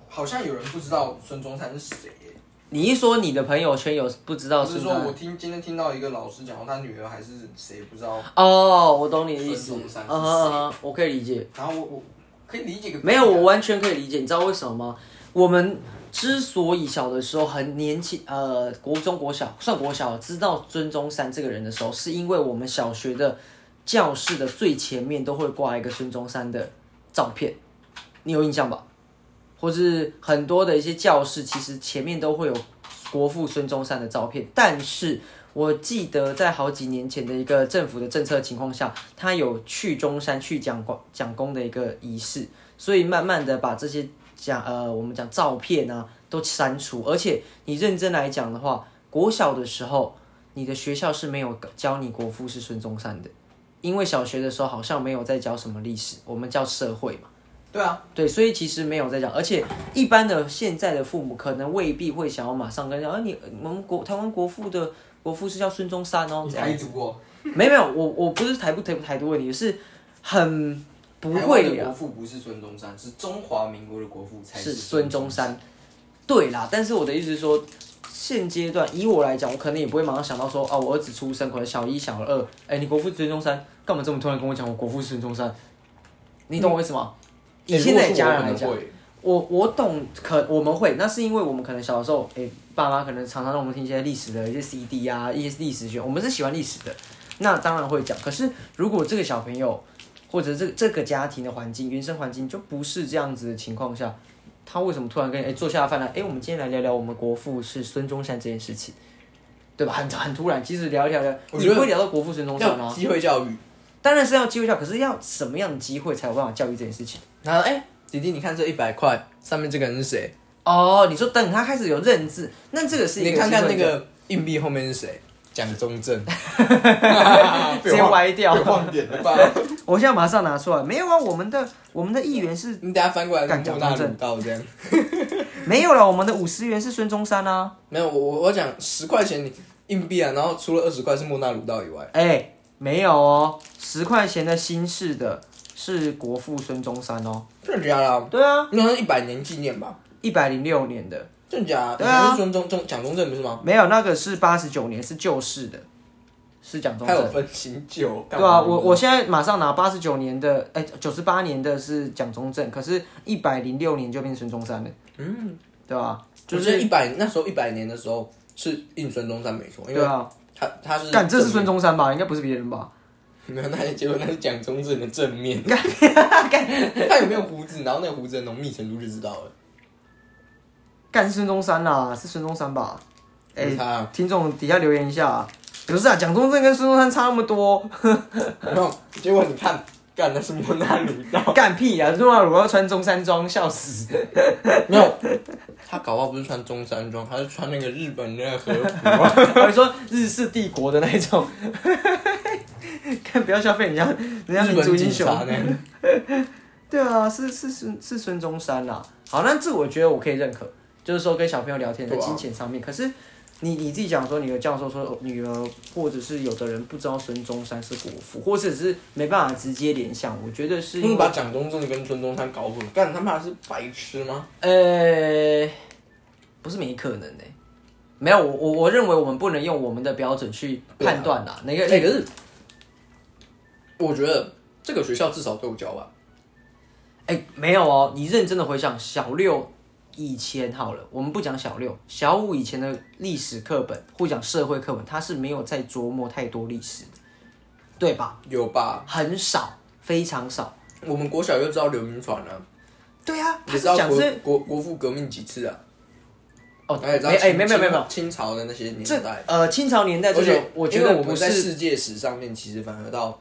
好像有人不知道孙中山是谁耶。你一说你的朋友圈有不知道就是是不说我是？听今天听到一个老师讲，他女儿还是谁不知道，哦，我懂你的意思。嗯孙中山是嗯嗯，我可以理解。然后我我可以理解个屁啊没有，我完全可以理解。你知道为什么吗？我们之所以小的时候很年轻，呃，国中、国小算国小，知道孙中山这个人的时候，是因为我们小学的教室的最前面都会挂一个孙中山的照片，你有印象吧？或是很多的一些教室，其实前面都会有国父孙中山的照片，但是。我记得在好几年前的一个政府的政策情况下，他有去中山去蒋公蒋公的一个仪式，所以慢慢的把这些讲呃，我们讲照片啊都删除，而且你认真来讲的话，国小的时候，你的学校是没有教你国父是孙中山的，因为小学的时候好像没有在教什么历史，我们叫社会嘛。对啊，对，所以其实没有在讲，而且一般的现在的父母可能未必会想要马上跟你讲，啊，你我们国台湾国父的国父是叫孙中山哦，你这样台独哦，没有没有，我我不是台不台不台独问题，是很不台会湾的国父不啊是孙中山，是中华民国的国父才是孙孙中山。对啦，但是我的意思是说，现阶段以我来讲，我可能也不会马上想到说啊，我儿子出生，可能小一、小二，哎、你国父是孙中山，干嘛这么突然跟我讲我国父是孙中山？你懂我意思吗？嗯哎以现在的家人来讲，，我我懂，可我们会，那是因为我们可能小的时候，诶、爸妈可能常常让我们听一些历史的一些 CD 啊，一些历史学，我们是喜欢历史的，那当然会讲。可是如果这个小朋友或者这这个家庭的环境、原生环境就不是这样子的情况下，他为什么突然跟你诶、坐下饭来？诶、我们今天来聊聊我们国父是孙中山这件事情，对吧？很很突然，其实聊一聊聊，我你觉得不会聊到国父孙中山啊要吗？机会教育。当然是要机会教，可是要什么样的机会才有办法教育这件事情？然后哎，弟弟，你看这一百块上面这个人是谁？哦，你说等他开始有认知，那这个是一个你看看那机会个硬币后面是谁？蒋中正， 直接歪掉。忘点了。 我现在马上拿出来，没有啊，我们的我们的议员是 你等下翻过来干是蒋莫中纳正鲁道这样。没有了，我们的五十元是孙中山啊。没有，我我我讲十块钱硬币啊，然后除了二十块是莫纳鲁道以外，哎、没有哦，十块钱的新式的是国父孙中山哦。真的假的啊？对啊，那是一百年纪念吧？一百零六年的真的假的？对啊以前是孙中中蒋中正不是吗？没有，那个是八十九年是旧式的，是蒋中还有正。分新旧，对啊，我我现在马上拿八十九年的，哎、九十八年的是蒋中正，可是一百零六年就变孙中山了。嗯，对吧、就就是是一百那时候一百年的时候是印孙中山没错，因对为啊，他他是干这是正孙中山吧？应该不是别人吧？ 面没有，那结果那是蒋中正的 正面，他有没有胡子？然后那个胡子的浓密程度就知道了。干是孙中山啦，是孙中山吧？哎、没差啊听众底下留 言一下、啊，不是啊，蒋中正跟孙中山差那么多，然后结果你看干那是蒙娜里 道，干屁呀、诺瓦鲁要穿中山装，笑死！没有，他搞不好不是穿中山装，他是穿那个日本那个和服。啊我说日式帝国的那一种， 看不要消费人家， 人家日民族本英警雄。察呢？对啊，是是是是孙中山啦。好，那这我觉得我可以认可，就是说跟小朋友聊天在对啊金钱上面。可是你你自己讲说，你的教授说哦女儿，或者是有的人不知道孙中山是国父，或者是没办法直接联想，我觉得是你因嗯把为蒋中正跟孙中山搞混，干他妈是白痴吗？呃，不是没可能呢、没有，我我我认为我们不能用我们的标准去判断啦。那个哎可是我觉得这个学校至少都有教吧。哎、没有哦，你认真的回想小六以前好了，我们不讲小六，小五以前的历史课本或讲社会课本，它是没有在琢磨太多历史的，对吧？有吧？很少，非常少。我们国小就知道刘铭传了，对啊，他也是知道讲国这国国父革命几次啊？哦，然后也没知道哎、清没有没有没有，清清朝的那些年这代。呃清朝年代这而个且，我觉因得为我我不们在是世界史上面，其实反而到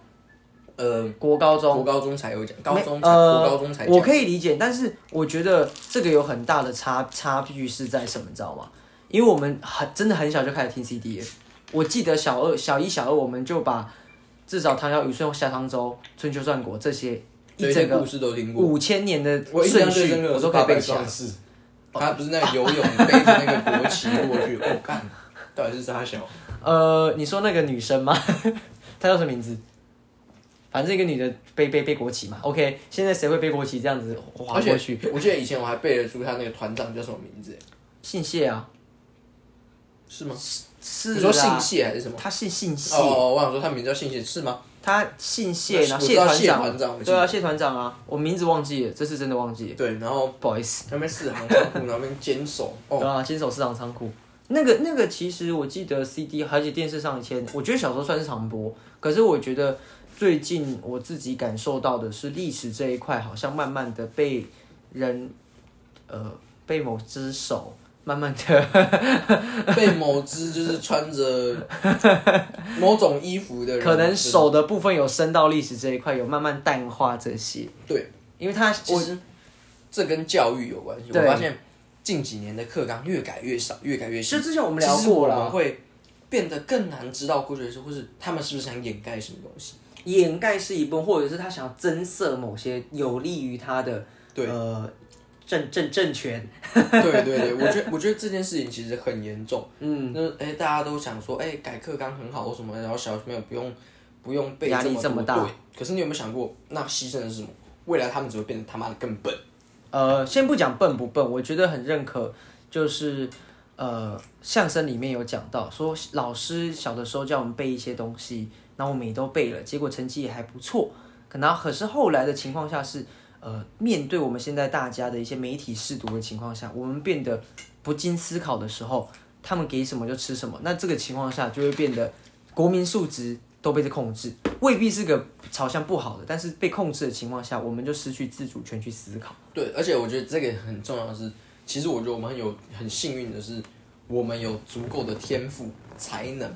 呃国高中。国高中才有讲，高没中才呃，国高中才我讲。可以理解，但是我觉得这个有很大的差差距是在什么，你知道吗？因为我们很真的很小就开始听 CD 了。我记得小二、小一、小二，我们就把至少唐尧、虞舜、夏商周、春秋战国这些所一以这整个个故事都听过。五千年的我印顺象最序深，刻我的是都可八以背百起来壮。士，哦他不是那个游泳背着那个国旗过去，我干，到底是啥小？呃，你说那个女生吗？ 她叫什么名字？反正一个女的背背背国旗嘛。OK，现在谁会背国旗这样子划而且过去？我记得以前我还背得出他那个团长叫什么名字，姓谢啊，是吗？是你啦说姓谢还是什么？他姓姓谢，哦，我想说他名叫姓谢是吗？他姓我谢，知然道后团谢团哦长我记得对啊，谢团长啊，我名字忘记了，这次真的忘记了，对，然后不好意思。那边四行仓库，那边 坚守，哦，对啊，新手市场仓库，那个那个，其实我记得 CD 而且电视上以前，我觉得小时候算是常播，可是我觉得最近我自己感受到的是历史这一块，好像慢慢的被人，呃，被某只手慢慢的，被某只就是穿着某种衣服的人，可能手的部分有伸到历史这一块，有慢慢淡化这些，对，因为它其实这跟教育有关系。我对发现近几年的课纲越改越少，越改越就细。之前我们其聊实过我了，们会变得更难知道过去的事，或是他们是不是想掩盖什么东西。掩盖是一部分，或者是他想要增色某些有利于他的对呃政政政权。对对对，我觉得我觉得这件事情其实很严重。嗯，那哎、大家都想说，哎、改课纲很好或什么，然后小朋友不用不用背压力多这么大对，可是你有没有想过，那牺牲的是什么？未来他们只会变得他妈的更笨。呃，先不讲笨不笨，我觉得很认可，就是呃，相声里面有讲到说，老师小的时候叫我们背一些东西，然后我们也都背了，结果成绩也还不错。可能可是后来的情况下是，呃，面对我们现在大家的一些媒体试读的情况下，我们变得不经思考的时候，他们给什么就吃什么，那这个情况下就会变得国民素质都被这控制，未必是个朝向不好的，但是被控制的情况下，我们就失去自主权去思考。对，而且我觉得这个很重要的是，其实我觉得我们很有很幸运的是，我们有足够的天赋才能，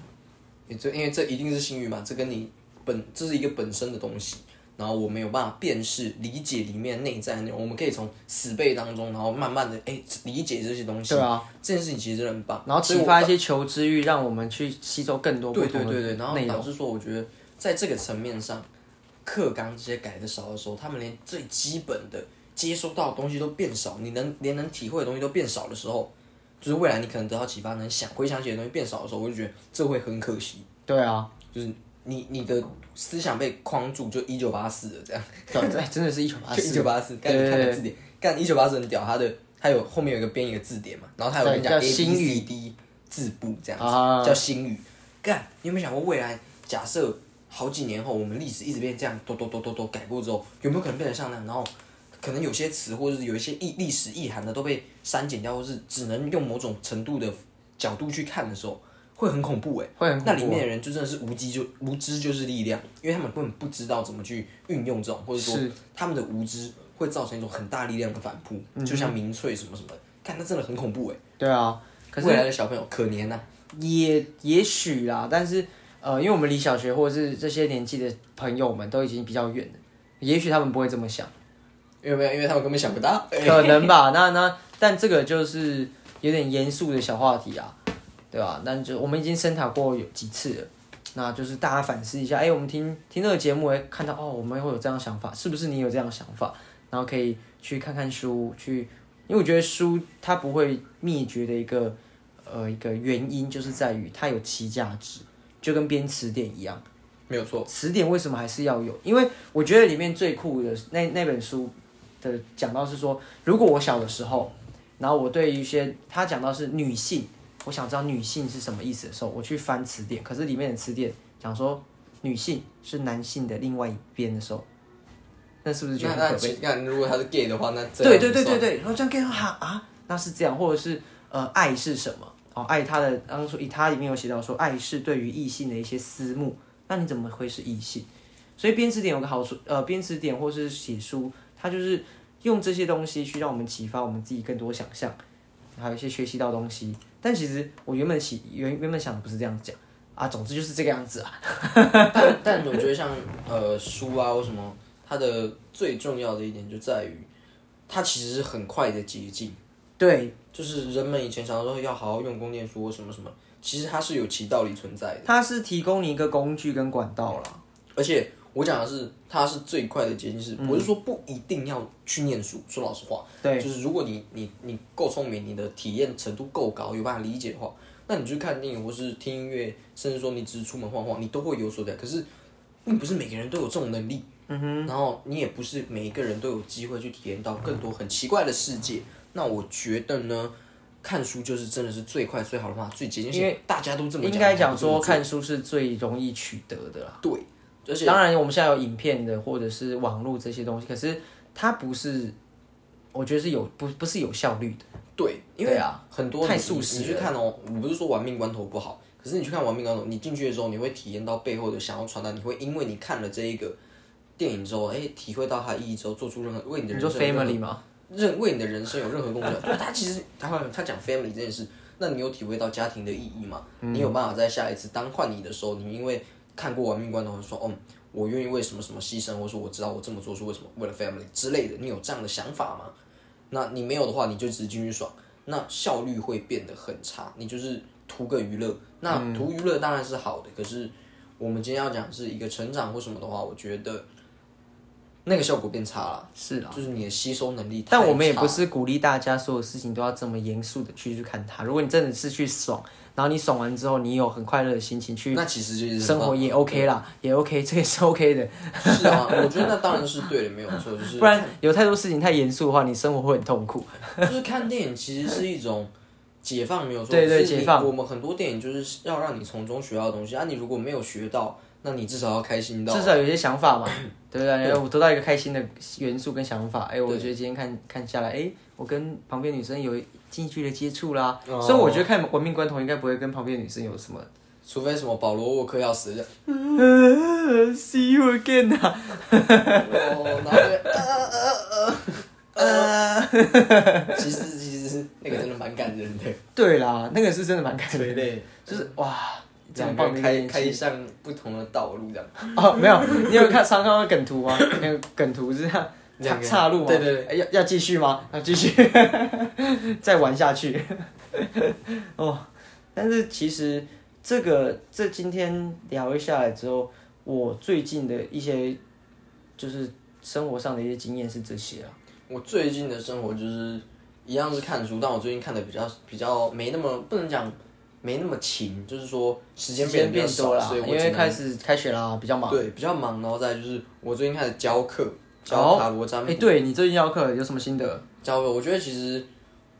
也这因为这一定是幸运嘛，这跟你本这是一个本身的东西，然后我们有办法辨识理解里面内在的内容，我们可以从死背当中，然后慢慢的哎理解这些东西，对啊，这件事情其实真的很棒，然后所以启我发一些求知欲，让我们去吸收更多不对同的对对对，然后内导容。致说，我觉得在这个层面上，课纲这些改的少的时候，他们连最基本的接收到的东西都变少，你能连能体会的东西都变少的时候，就是未来你可能得到启发，能想回想起的东西变少的时候，我就觉得这会很可惜，对啊，就是你你的思想被框住，就一九八四了这样，对， 对真的是一九八 就一四九。八四，干对你看个字典，干一九八四很屌，它的它有后面有一个编一个字典嘛，然后它有对跟你讲叫 A B 新语 C D 字部这样子，啊叫新语。干，你有没有想过未来假设好几年后我们历史一直变这样，多多多多多改过之后，有没有可能变成像那样？然后可能有些词或者是有一些意历史意涵的都被删减掉，或是只能用某种程度的角度去看的时候，会很恐怖哎、会很恐怖啊那里面的人就真的是无知就无知就是力量，因为他们根本不知道怎么去运用这种，或者说是他们的无知会造成一种很大力量的反扑，嗯就像民粹什么什么的，看那真的很恐怖哎、对啊，可未来是的小朋友可怜呐、也也许啦，但是呃，因为我们离小学或者是这些年纪的朋友们都已经比较远了，也许他们不会这么想，因为没有，因为他们根本想不 到。哎可能吧。那那但这个就是有点严肃的小话题啊，对吧？但就我们已经深讨过有几次了，那就是大家反思一下，哎、我们听听这个节目，哎，看到哦，我们会有这样想法，是不是你有这样的想法？然后可以去看看书，去，因为我觉得书它不会灭绝的一个呃一个原因，就是在于它有其价值，就跟编词典一样。没有错，词典为什么还是要有？因为我觉得里面最酷的那那本书的讲到是说，如果我小的时候，然后我对于一些他讲到是女性，我想知道女性是什么意思的时候，我去翻词典，可是里面的词典讲说女性是男性的另外一边的时候，那是不是觉那得很可那悲？其实看，如果他是 gay 的话，那这对样对对不算对对，然后这样跟他说啊啊，那是这样，或者是呃，爱是什么？哦，爱他的，刚刚说以他里面有写到说，爱是对于异性的一些私慕，那你怎么会是异性？所以编词典有个好处，呃，编词典或是写书，它就是用这些东西去让我们启发我们自己更多想象，还有一些学习到东西。但其实我原本起原原本想的不是这样讲啊，总之就是这个样子啊。但但我觉得像呃书啊或什么，它的最重要的一点就在于，它其实是很快的捷径。对，就是人们以前常说要好好用功念书或什么什么，其实它是有其道理存在的。它是提供你一个工具跟管道啦。而且我讲的是，它是最快的捷径，是我是说不一定要去念书。说老实话，对，就是如果你你你够聪明，你的体验程度够高，有办法理解的话，那你去看电影或是听音乐，甚至说你只是出门晃晃，你都会有所了解。可是，并不是每个人都有这种能力。嗯哼。然后你也不是每一个人都有机会去体验到更多很奇怪的世界。那我觉得呢，看书就是真的是最快最好的方法，最捷径。因为大家都这么应该讲讲说，看书是最容易取得的啦。对，而且当然，我们现在有影片的或者是网络这些东西，可是它不是，我觉得是有不不是有效率的。对，因对为啊很多太你速食你去看哦，我不是说玩命关头不好，可是你去看玩命关头，你进去的时候，你会体验到背后的想要传达，你会因为你看了这一个电影之后，哎，体会到它的意义之后，做出任何为你的你人说生有任何 family 吗？任为你的人生有任何贡献。 就是他其实他他讲 family 这件事，那你有体会到家庭的意义吗？你有办法在下一次当换你的时候，你因为看过《玩命关头》说，嗯，我愿意为什么什么牺牲，或说我知道我这么做是为什么，为了 family 之类的，你有这样的想法吗？那你没有的话，你就只是进去爽，那效率会变得很差。你就是图个娱乐，那图娱乐当然是好的，可是我们今天要讲是一个成长或什么的话，我觉得那个效果变差了。是啊，就是你的吸收能力太差。但我们也不是鼓励大家所有事情都要这么严肃的去去看它。如果你真的是去爽，然后你爽完之后，你有很快乐的心情去那其实就是生活也 OK 啦，也 OK，这也是 OK 的。是啊，我觉得那当然是对的，没有错，就是不然有太多事情太严肃的话，你生活会很痛苦。就是看电影其实是一种解放，没有错，对对就是你解放我们很多电影就是要让你从中学到的东西啊，你如果没有学到，那你至少要开心到。至少有些想法 嘛，对不对？我得到一个开心的元素跟想法，哎，我觉得今天看看下来，哎，我跟旁边女生有近距离的接触啦。哦所以我觉得看《亡命关头》应该不会跟旁边的女生有 什么除非什么保罗沃克要死，呃 “see you again” 啊，哦，然后就呃呃呃呃，其实其实那个真的蛮感人的，对啦，那个是真的蛮感人的，泪，就是哇，这样两个棒的人开开开开上不同的道路，这样哦，没有，你有看常看到梗图吗？ 那个梗图是这样岔两个人岔路吗？对对对哎，要要继续吗？要继续， 再玩下去。 哦，但是其实这个这今天聊一下来之后，我最近的一些就是生活上的一些经验是这些啊。我最近的生活就是一样是看书，但我最近看的比较比较没那么不能讲没那么勤，就是说时间变得比较变少多了啊，所以我因只为能开始开学啦，比较忙。对比较忙，然后再就是我最近开始教课，教哦塔罗占卜哎，对你最近要课有什么心得？教课，我觉得其实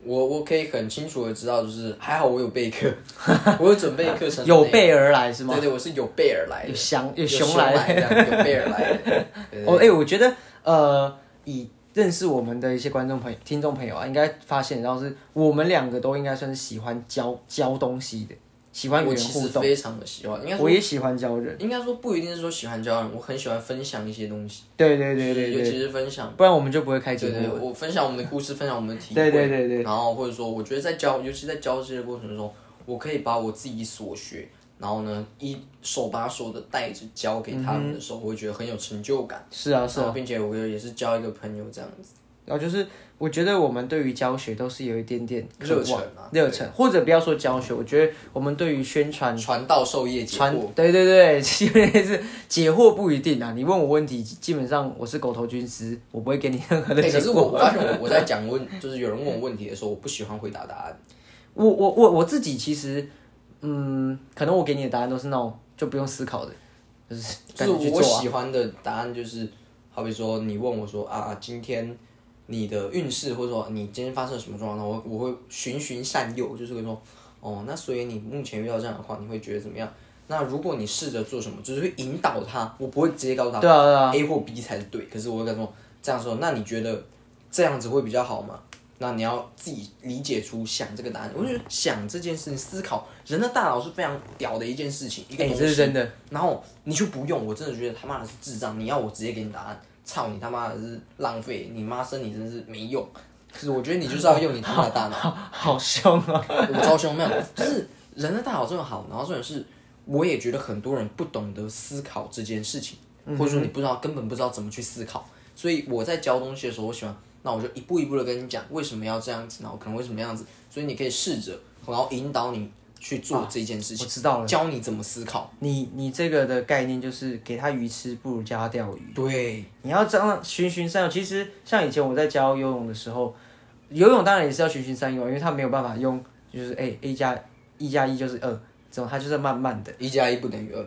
我我可以很清楚的知道，就是还好我有备课， 我有准备课程， 有备而来是吗？对对，我是有备而来有的，翔有有熊来来的，这样有备而来的，对对哦，哎、我觉得呃，以认识我们的一些观众朋友、听众朋友啊，应该发现，然后是我们两个都应该算是喜欢教教东西的， 喜欢与我人其互实动。非常的喜欢，应该我说也喜欢教人，应该说不一定是说喜欢教人，我很喜欢分享一些东西。对对对就是对尤对，其是分享，不然我们就不会开节对对，目了。我分享我们的故事，分享我们的体对会，对对对，然后或者说，我觉得在教，尤其在教这些过程中，我可以把我自己所学，然后呢，一手把手的带着教给他们的时候，我会觉得很有成就感。是啊，是啊，并且我觉得也是交一个朋友这样子。然后就是，我觉得我们对于教学都是有一点点渴望热忱啊热忱，或者不要说教学，我觉得我们对于宣传传道授业解传惑，，对对对， 因为是解惑不一定啊。你问我问题，基本上我是狗头军师，我不会给你任何的欸解可是惑。我我发现我我在讲问，就是有人问我问题的时候，我不喜欢回答答案。我我我我自己其实，嗯，可能我给你的答案都是那种就不用思考的，就是赶就是紧去我做啊。喜欢的答案就是，好比说你问我说啊，今天你的运势或者说你今天发生了什么状况，我我会循循善诱，就是会说，哦，那所以你目前遇到这样的话，你会觉得怎么样？那如果你试着做什么，就是会引导他，我不会直接告诉他，对啊对啊 a 或 B 才是对，可是我会跟他说这样说，那你觉得这样子会比较好吗？那你要自己理解出想这个答案，我觉得想这件事情，思考人的大脑是非常屌的一件事情，一个哎东西。这是真的。然后你就不用，我真的觉得他妈的是智障。你要我直接给你答案，操你他妈的是浪费，你妈生你真是没用。可是我觉得你就是要用你他妈 的大脑，好好凶啊！我超凶没有，就是人的大脑这么好，然后重点是，我也觉得很多人不懂得思考这件事情，嗯或者说你不知道根本不知道怎么去思考，所以我在教东西的时候，我喜欢，那我就一步一步的跟你讲为什么要这样子，然后可能为什么样子，所以你可以试着，然后引导你去做这件事情，啊我知道了教你怎么思考，你你这个的概念就是给他鱼吃，不如教他钓鱼。对。你要这样循循善诱。其实像以前我在教游泳的时候，游泳当然也是要循循善诱，因为他没有办法用，就是哎、a 加一加一就是二，这种他就是慢慢的。一加一不等于二，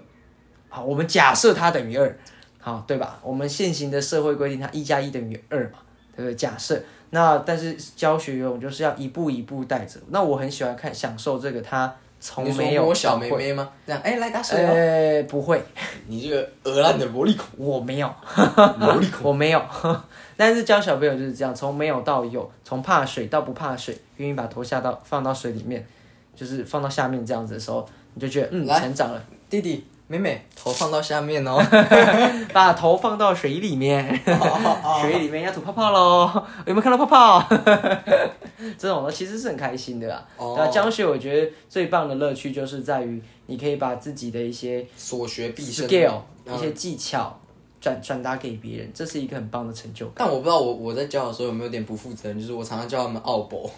好，我们假设它等于二，好对吧？我们现行的社会规定，它一加一等于二嘛，对不对？假设那但是教学游泳就是要一步一步带着。那我很喜欢看享受这个，他你从说没有摸小到妹妹吗？这样，哎、来 打水哦、呃，不会，你这个鹅烂的 萝莉控，我没有。萝 莉控。我没有， 但是教小朋友就是这样，从没有到有，从怕水到不怕水，愿意把头下到放到水里面，就是放到下面这样子的时候，你就觉得嗯来成长 了，弟弟，妹妹，头放到下面哦。把头放到水里面，哦水里面要吐泡泡喽，有没有看到泡泡？ 这种的其实是很开心的啦。哦那教学我觉得最棒的乐趣就是在于你可以把自己的一些所学必生。 skill、嗯一些技巧转传达给别人，这是一个很棒的成就感。但我不知道我我在教的时候有没有点不负责任，就是我常常叫他们奥博。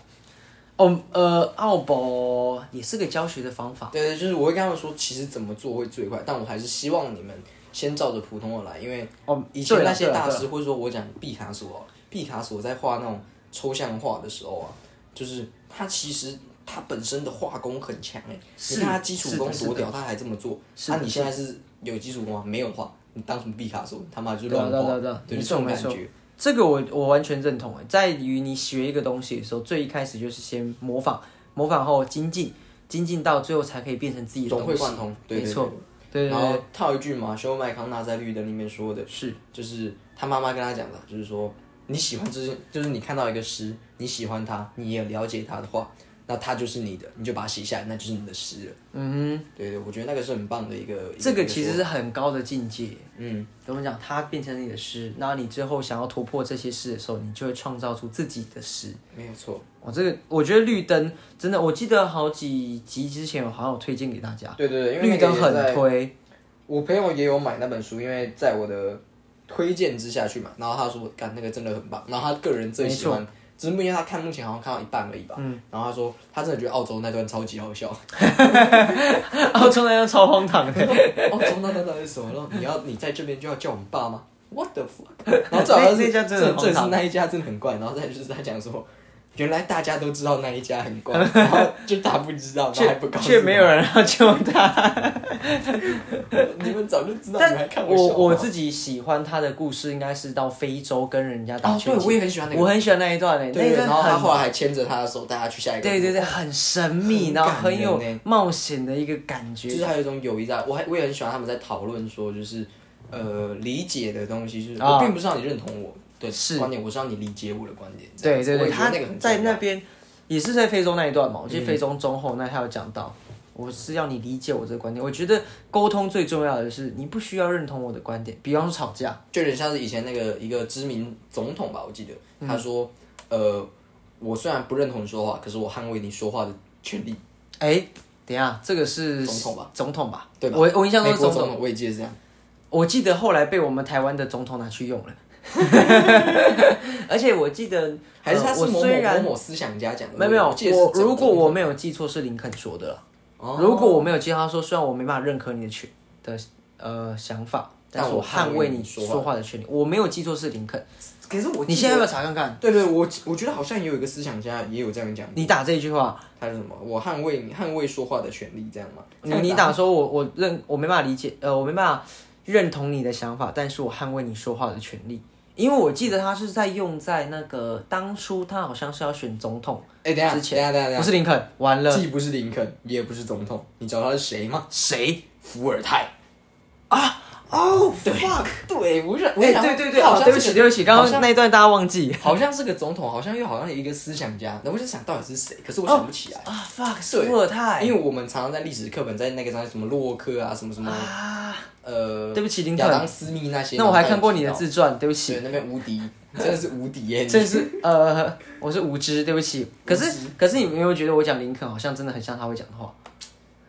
哦，呃，奥博也是个教学的方法。对对，就是我会跟他们说，其实怎么做会最快，但我还是希望你们先照着普通的来，因为哦以前对啦那些对啦大对啦师，或者说我讲毕卡索啊，毕卡索在画那种抽象画的时候啊，就是他其实他本身的画工很强哎、啊是你看他基础功是的多屌，他还这么做。是那、的啊你现在是有基础功吗？没有的话，你当什么毕卡索？你他妈就是对啊乱对啊画，对啊对啊对，没错就这种没感错觉。这个我我完全认同诶，在于你学一个东西的时候，最一开始就是先模仿，模仿后精进，精进到最后才可以变成自己的融东会西。贯通，对没错，对对然对，后套一句马修麦康纳在《绿灯》里面说的，是就是他妈妈跟他讲的，就是说你喜欢这件，就是你看到一个诗，你喜欢它，你也了解它的话，那它就是你的，你就把它写下来，那就是你的诗了。嗯对对，我觉得那个是很棒的一个。哼，这一个其实说是很高的境界。嗯，怎么讲？它变成你的诗，然后你之后想要突破这些诗的时候，你就会创造出自己的诗。没有错。我、哦这个我觉得绿灯真的，我记得好几集之前我好像有推荐给大家，对对对，因为绿那个灯也在很推。 我朋友也有买那本书，因为在我的推荐之下去买，然后他说干那个真的很棒，然后他个人最喜欢，只是因为他看目前好像看到一半而已吧，嗯，然后他说他真的觉得澳洲那段超级好笑， 澳洲那样超荒唐的，澳洲 那段到底是什么？然后你要你在这边就要叫我们爸吗？What the fuck？然后最好像是那那家真的很荒最唐是那一家真的很怪，然后再就是他讲说。原来大家都知道那一家很怪，然后就他不知道，他还不告诉却没有我，人要救他。 你们早就知道，你们还但看我笑我话自己喜欢他的故事，应该是到非洲跟人家打哦，拳对，击、我也很喜欢那个我很喜欢那一段诶、欸那对一对，段然后他很后来还牵着他的手带他去下一个。对对对，很神秘，很然后感很有人欸冒险的一个感就觉。是还有一种友谊在。我还我也很喜欢他们在讨论说，就是呃理解的东西，就是、啊我并不是让你认同我的是观点，我是让你理解我的观点。这样对子对对，我也觉得他那个很重在要嗯那边也是在非洲那一段嘛，我记得非洲中后那他有讲到。我是要你理解我这个观点，我觉得沟通最重要的是你不需要认同我的观点，比方说吵架，就有点像是以前那个一个知名总统吧，我记得、嗯他说，呃，我虽然不认同你说话，可是我捍卫你说话的权利。哎、等一下，这个是总统吧？总统吧？对吧？我我印象中美是国总总统，统，我也记得是这样。我记得后来被我们台湾的总统拿去用 了。而且我记得，还是他呃是我某某虽某然某思想家讲的？没有没有，我记得是我总统如果我没有记错是林肯说的了。哦如果我没有记错，他说虽然我没办法认可你的权的呃想法，但但是我我捍捍卫卫你你说话说话的权利。我没有记错是林肯，可是我你现在要不要查看看？对对，我我觉得好像也有一个思想家也有这样讲，你打这一句话，他是什么？我捍卫你捍卫说话的权利，这样 吗？你你打说我我认我没办法理解，呃，我没办法认同你的想法，但是我捍卫你说话的权利。因为我记得他是在用在那个当初他好像是要选总统，哎，等一下，之等一下，等一下，等一下不是林肯，完了既不是林肯，也不是总统，你知道他是谁吗？谁？伏尔泰。哦，对对，我是，哎，对对对，好哦，像对不起对不起，刚好像刚那一段大家忘记好像是个总统，好像又好像一个思想家，那我就想到底是谁，可是我想不起来。啊，fuck，对伏尔泰，因为我们常常在历史课本，在那个上什么洛克啊，什么什么，啊，呃，对不起林肯亚当斯密那哦些。那我还看过你的字，自传，对不起 对，，那边无敌，真的是无敌耶！你这是呃，我是无知，对不起。可是可是你们有没有觉得我讲林肯好像真的很像他会讲的话？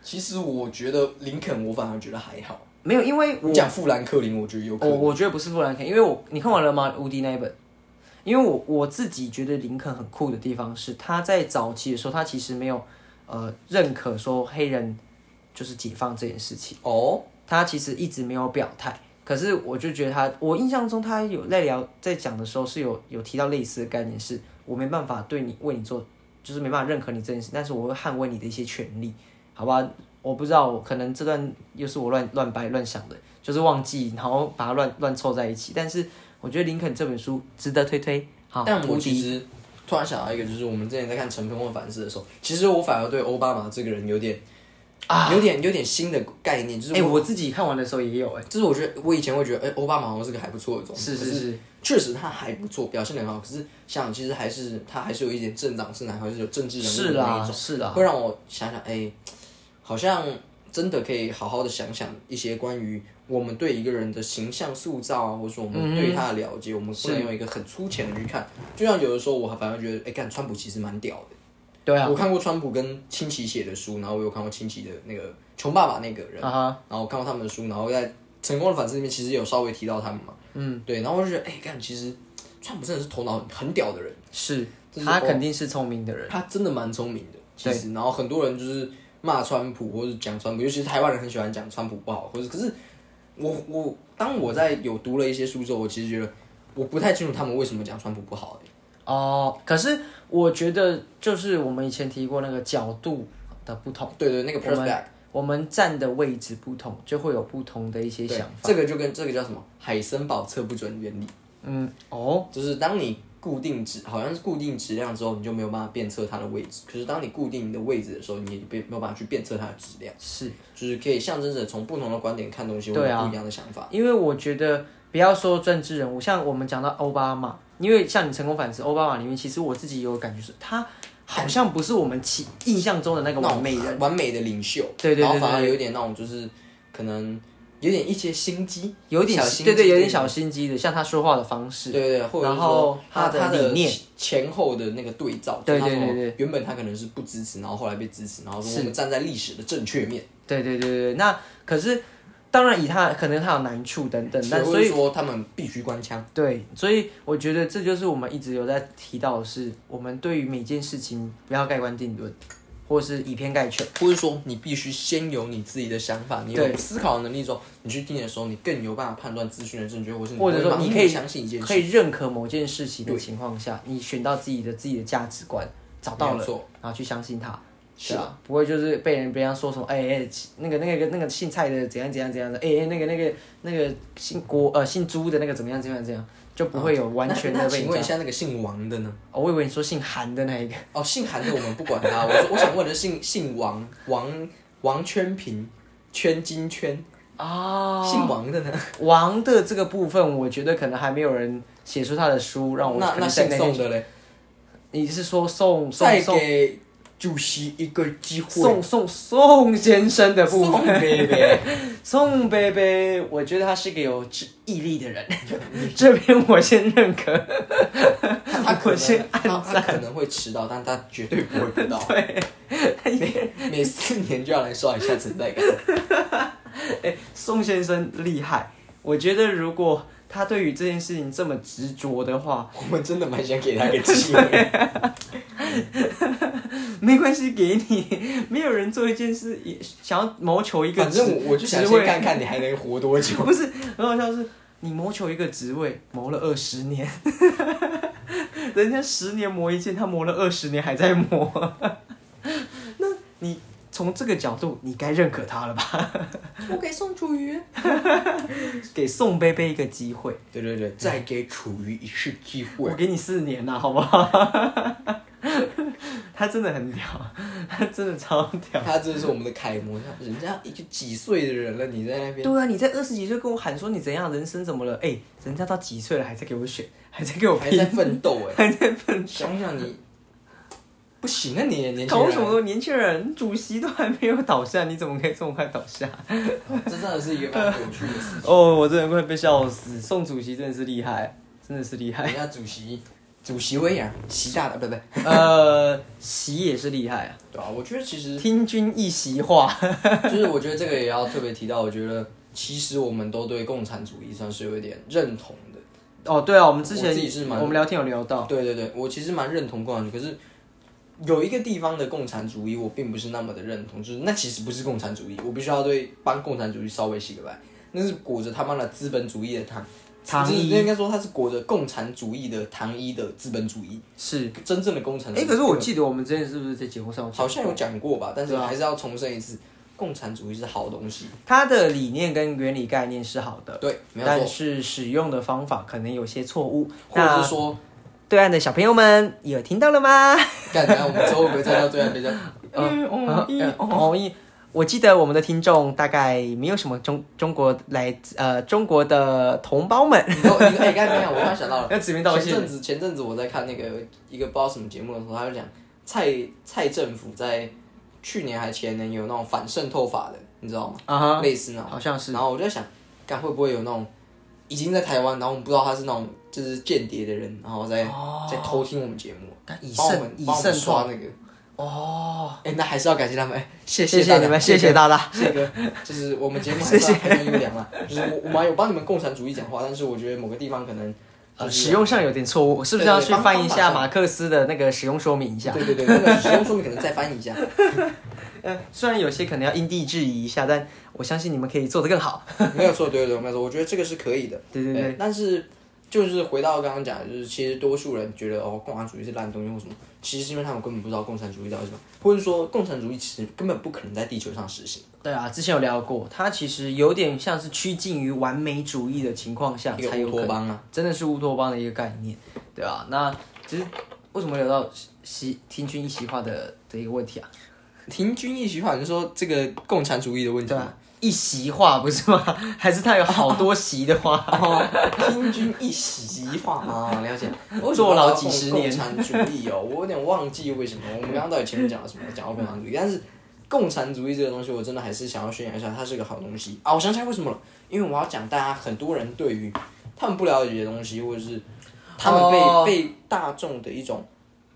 其实我觉得林肯，我反而觉得还好。没有，因为我你讲富兰克林，我觉得有可我能。我觉得不是富兰肯，因为我你看完了吗？无敌那一本，因为我我自己觉得林肯很酷的地方是，他在早期的时候，他其实没有呃认可说黑人就是解放这件事情，哦，他其实一直没有表态。可是我就觉得他，我印象中他有在聊在讲的时候是有有提到类似的概念是，我没办法对你为你做，就是没办法认可你这件事，但是我会捍卫你的一些权利，好吧？我不知道，我可能这段又是我乱乱掰乱想的，就是忘记，然后把它乱乱凑在一起。但是我觉得林肯这本书值得推推，好，但我无其敌实突然想到一个，就是我们之前在看《乘风破浪》式的时候，其实我反而对奥巴马这个人有点啊，有点有点新的概念，就是哎、我，我自己看完的时候也有、哎，就是我觉得我以前会觉得，哎、奥巴马好像是个还不错的总统，是可是是，确实他还不错，表现得很好。可是想想其实还是他还是有一点政党色彩，还是有政治人是物的那一啦种，是啦，会让我想想，哎、好像真的可以好好的想想一些关于我们对一个人的形象塑造啊，或者说我们对他的了嗯解，我们不能用一个很粗浅的去看。就像有的时候，我反而觉得，哎、看川普其实蛮屌的。对啊，我看过川普跟亲戚写的书，然后我有看过亲戚的那个穷爸爸那个人，啊哈，然后我看过他们的书，然后在《成功的反思》里面其实有稍微提到他们嘛。嗯，对，然后我就觉得，哎、看其实川普真的是头脑很很屌的人。是这是哦他肯定是聪明的人，他真的蛮聪明的，其实。然后很多人就是骂川普或者讲川普，尤其是台湾人很喜欢讲川普不好，或者可是我我当我在有读了一些书之后，我其实觉得我不太清楚他们为什么讲川普不好、哦，可是我觉得就是我们以前提过那个角度的不同，对对，那个我们 perspective，我们站的位置不同，就会有不同的一些想法。这个就跟这个叫什么海森堡测不准原理，嗯，哦，就是当你固定质好像是固定质量之后，你就没有办法鞭策它的位置。可是当你固定你的位置的时候，你也没没有办法去鞭策它的质量，是就是可以象征着从不同的观点看东西，会对啊有不一样的想法。因为我觉得不要说政治人物，像我们讲到奥巴马，因为像你成功反思奥巴马里面，其实我自己有感觉是，他好像不是我们其印象中的那个完美人，人，完美的领袖，对对对然后反而有点那种就是可能有点一些心机，有点小心机对对，有点小心机的，像他说话的方式，对对，对或者然是后说他的他理念，前后的那个对照，对就是对他对说原本他可能是不支持，然后后来被支持，然后说是我们站在历史的正确面，对对对对。那可是当然以他可能他有难处等等，但所以以说他们必须关枪，对，所以我觉得这就是我们一直有在提到的是，我们对于每件事情不要盖棺定论，或是以偏概全。或者说你必须先有你自己的想法，你有对思考的能力之后，你去听的时候，你更有办法判断资讯的正确，或是或者会说盲你目可以相信一件事，可以认可某件事情的情况下，你选到自己的自己的价值观，找到没了有错，然后去相信它，是啊，不会就是被人别人家说什么，哎、哎、那个那个那个姓蔡的怎样怎样怎样的，哎、哎、那个那个那个姓郭呃姓朱的那个怎么样怎么样怎么样，就不会有完全那的被那请人问家一。下那个姓王的呢？哦，我以为你说姓韩的那一个， 哦，姓韩的我们不管他。我说我想问的是姓姓王王王圈平圈金圈，啊姓王的呢？ 王的这个部分，我觉得可能还没有人写出他的书，让我那可那能在姓那宋天的嘞？你是说宋宋再宋给主席一个机 会。宋宋宋先生的部分，贝贝，宋贝贝，我觉得他是个有毅力的人， 这边我先认可。他他可我先能他他可能会迟到，但他绝对不会不 到。每每四年就要来刷一下存在感。宋先生厉害，我觉得如果他对于这件事情这么执着的话，我们真的蛮想给 他个机会。没关系，给你。 没有人做一件事，也想要谋求一个反职，正我我就想职先位看看你还能活多久。 不是很好笑是，你谋求一个职位，谋了二十年，人家十年磨一剑，他磨了二十年还在磨。那你从这个角度，你该认可他了吧？ 我给宋楚瑜。给宋贝贝一个机会，对对对，再给楚瑜一次机我会。给你四年呐、好不好？ 他真的很屌，他真的超屌。他真的是我们的楷模，他人家一个几岁的人了，你在那边对啊，你在二十几岁跟我喊说你怎样人生怎么了？哎、人家到几岁了还在给我选，还在给我还拼在，奋斗 哎、还在奋斗。想想你不行啊，你年轻搞什人，么年轻人？主席都还没有倒下，你怎么可以这么快倒下？哦这真的是一个蛮有趣的事情。哦，我真的快被笑死！宋主席真的是厉害，真的是厉害人。家主席，主席威尔，习大大，不对不 对，呃，席也是厉害啊，对啊，我觉 得其实听君一席话。就是我觉得这个也要特别提到，我觉得其实我们都对共产主义算是有一点认同的。哦，对啊，我们之前我自己是蛮我们聊天有聊到，对对对，我其实蛮认同共产主义，可是有一个地方的共产主义我并不是那么的认同，就是那其实不是共产主义，我必须要对帮共产主义稍微洗个白，那是裹着他妈的资本主义的糖，糖就是衣应该说它是裹着共产主义的糖衣的资本主义，是。真正的共产主哎、义。可是我记得我们之前是不是在节目上有讲好像有讲过吧，但是对啊还是要重申一次，共产主义是好东西，它的理念跟原理概念是好的，对，没有但错，是使用的方法可能有些错误。或者那是说，对岸的小朋友们有听到了吗？干，等一下我们之后会不会再到对岸啊边讲？嗯哦哦一哦一，我记得我们的听众大概没有什么中中国来自呃中国的同胞们， 你都你哎，刚刚我突然想到了， 要指名道前姓阵。子前阵子我在看那个一个不知道什么节目的时候，他就讲蔡蔡政府在去年还前年有那种反渗透法的，你知道吗？啊哈，类似那种，好像是然后我就在想，干会不会有那种已经在台湾，然后我们不知道他是那种就是间谍的人，然后在、在偷听我们节目，他以帮我肾们哦以帮我们肾刷透那个。哦，哎、那还是要感谢他们， 哎，谢谢谢你们，谢谢大大，这个就是我们节目还是要还算优 良啦，就是我我们有帮你们共产主义讲话，但是我觉得某个地方可能呃，就是使用上有点错误，是不是对要对去方翻一方法下上马克思的那个使用说明一下？对对 对，那个使用说明可能再翻译一下。呃，虽然有些可能要因地制宜一下，但我相信你们可以做得更好。没有错，对对对，没有错，我觉得这个是可以的。对对对但是就是回到刚刚讲的，就是其实多数人觉得哦，共产主义是烂东西或什么，其实是因为他们根本不知道共产主义到底是什么，或者说共产主义其实根本不可能在地球上实行，对啊，之前有聊过，它其实有点像是趋近于完美主义的情况下一个才有乌可托能，邦啊。真的是乌托邦的一个概念，对啊，那其实为什么聊到习听君一席话的的一个问题啊？平均一席话，你是说这个共产主义的问题对吗？啊，一席话不是吗？ 还是它有好多席的 话？ 平均一席话啊，了解。我坐牢几十年共产主义哦，我有点忘记为什么。我们刚刚到底前面讲了什么？讲到共产主义，但是共产主义这个东西，我真的还是想要宣扬一下，它是个好东西啊！我想起来为什么了，因为我要讲大家很多人对于他们不了解的东西，或者是他们被、哦被大众的一种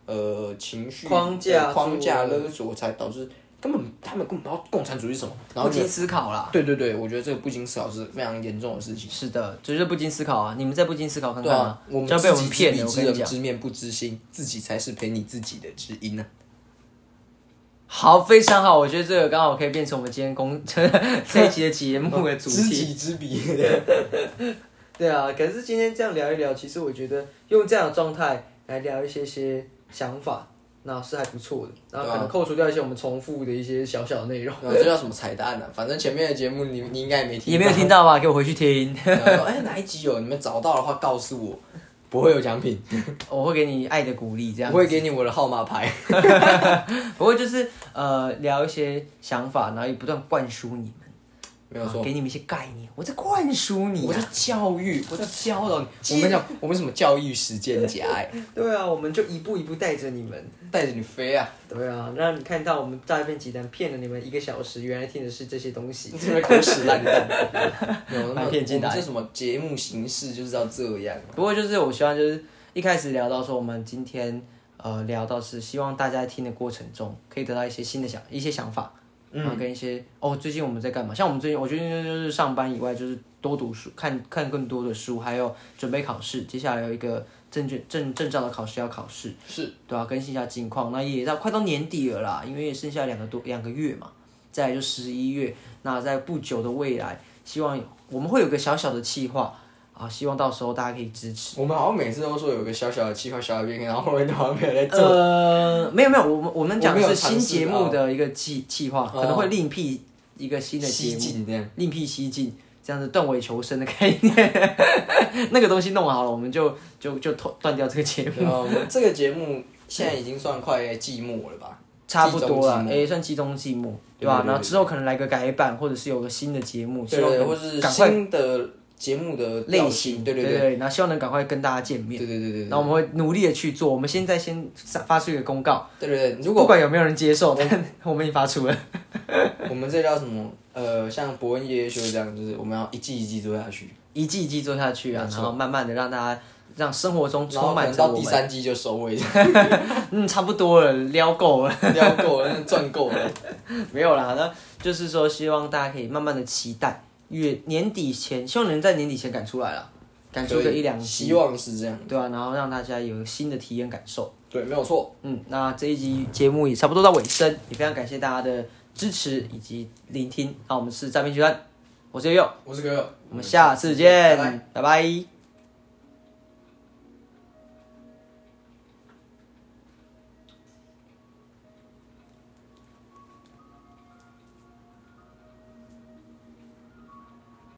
呃情绪框架呃框架住勒索，才导致根本他们根本不知道共产主义是什么，然后不就经思考啦。对对对，我觉得这个不经思考是非常严重的事情。是的，就是不经思考啊！你们再不经思考看对看啊啊，，我们就要被我们骗自了。我己知跟你彼知人讲，知面不知心，自己才是陪你自己的知音呢、啊好，非常好，我觉得这个刚好可以变成我们今天公 这一期的节目的主知题。己知彼， 对啊，可是今天这样聊一聊，其实我觉得用这样的状态来聊一些些想法，那是还不错的。然后可能扣除掉一些我们重复的一些小小的内容，这叫什么彩蛋呢、啊反正前面的节目你你应该也没听，也没有听。到吧？给我回去听， 然后哎、哪一集有？你们找到的话告诉我，不会有奖 品，我会给你爱的鼓励。这样我，会给你我的号码牌。不过就是呃聊一些想法，然后也不断灌输你们。没有错。啊给你们一些概念，我在灌输你、我在啊。教育，我在教导你。记我们讲，我们什么教育实践家哎、对啊，我们就一步一步带着你们。带着你飞啊！对啊，让你看到我们诈骗集团骗了你们一个小时，原来听的是这些东西。这边狗屎烂蛋， 没有那把么骗进来我们这什么节目形式就是要这样。不过就是我希望就是一开始聊到说，我们今天呃聊到是希望大家在听的过程中可以得到一些新的想一些想法，然后跟一些、哦最近我们在干嘛？像我们最近我最近就是上班以外就是多读书，看看更多的书，还有准备考试，接下来有一个证券证证照的考试要考试，是对啊，更新一下近况。那也到快到年底了啦，因为也剩下两个多两个月嘛，再来就十一月。那在不久的未来，希望我们会有个小小的计划啊，希望到时候大家可以支持。我们好像每次都说有个小小的计划、小小的变化，然后后面都好像没有在做。呃，没有没有，我们我们讲我的没是有尝新试节目的一个计计划，哦可能会另辟一个新的节西目，进这样，另辟蹊径，这样子断尾求生的概念。 那个东西弄好了，我们就就就断断掉这个节目。然后我们这个节目现在已经算快季末 了吧？差不多了，季中季末诶，算季中季末，对吧？对对对然后之后可能来个改版，或者是有个新的节目，对希望对，能或是赶快新的节目的类调型，对对对，对，然后希望能赶快跟大家见面。对对对对然后我们会努力的去做，我们现在先发出一个公告，对对对。如不果管有没有人接受，但 我们已经发出了。我们这叫什么？呃，像伯恩夜夜秀这样，就是我们要一季一季做下去，一季一季做下去啊，没然错后慢慢的让大家让生活中然充后可满能着到我第们。三季就收尾， 嗯，差不多了，撩够了， 撩够了，赚够了。没有啦。那就是说，希望大家可以慢慢的期待，月年底前，希望能在年底前赶出来了，赶出个一两希集，望是这样。对啊，然后让大家有新的体验感受。对，没有错。嗯，那这一集节目也差不多到尾声，也非常感谢大家的支持以及聆听。那我们是诈骗集团，我是悠悠，我是哥哥。我们下次见，拜拜拜拜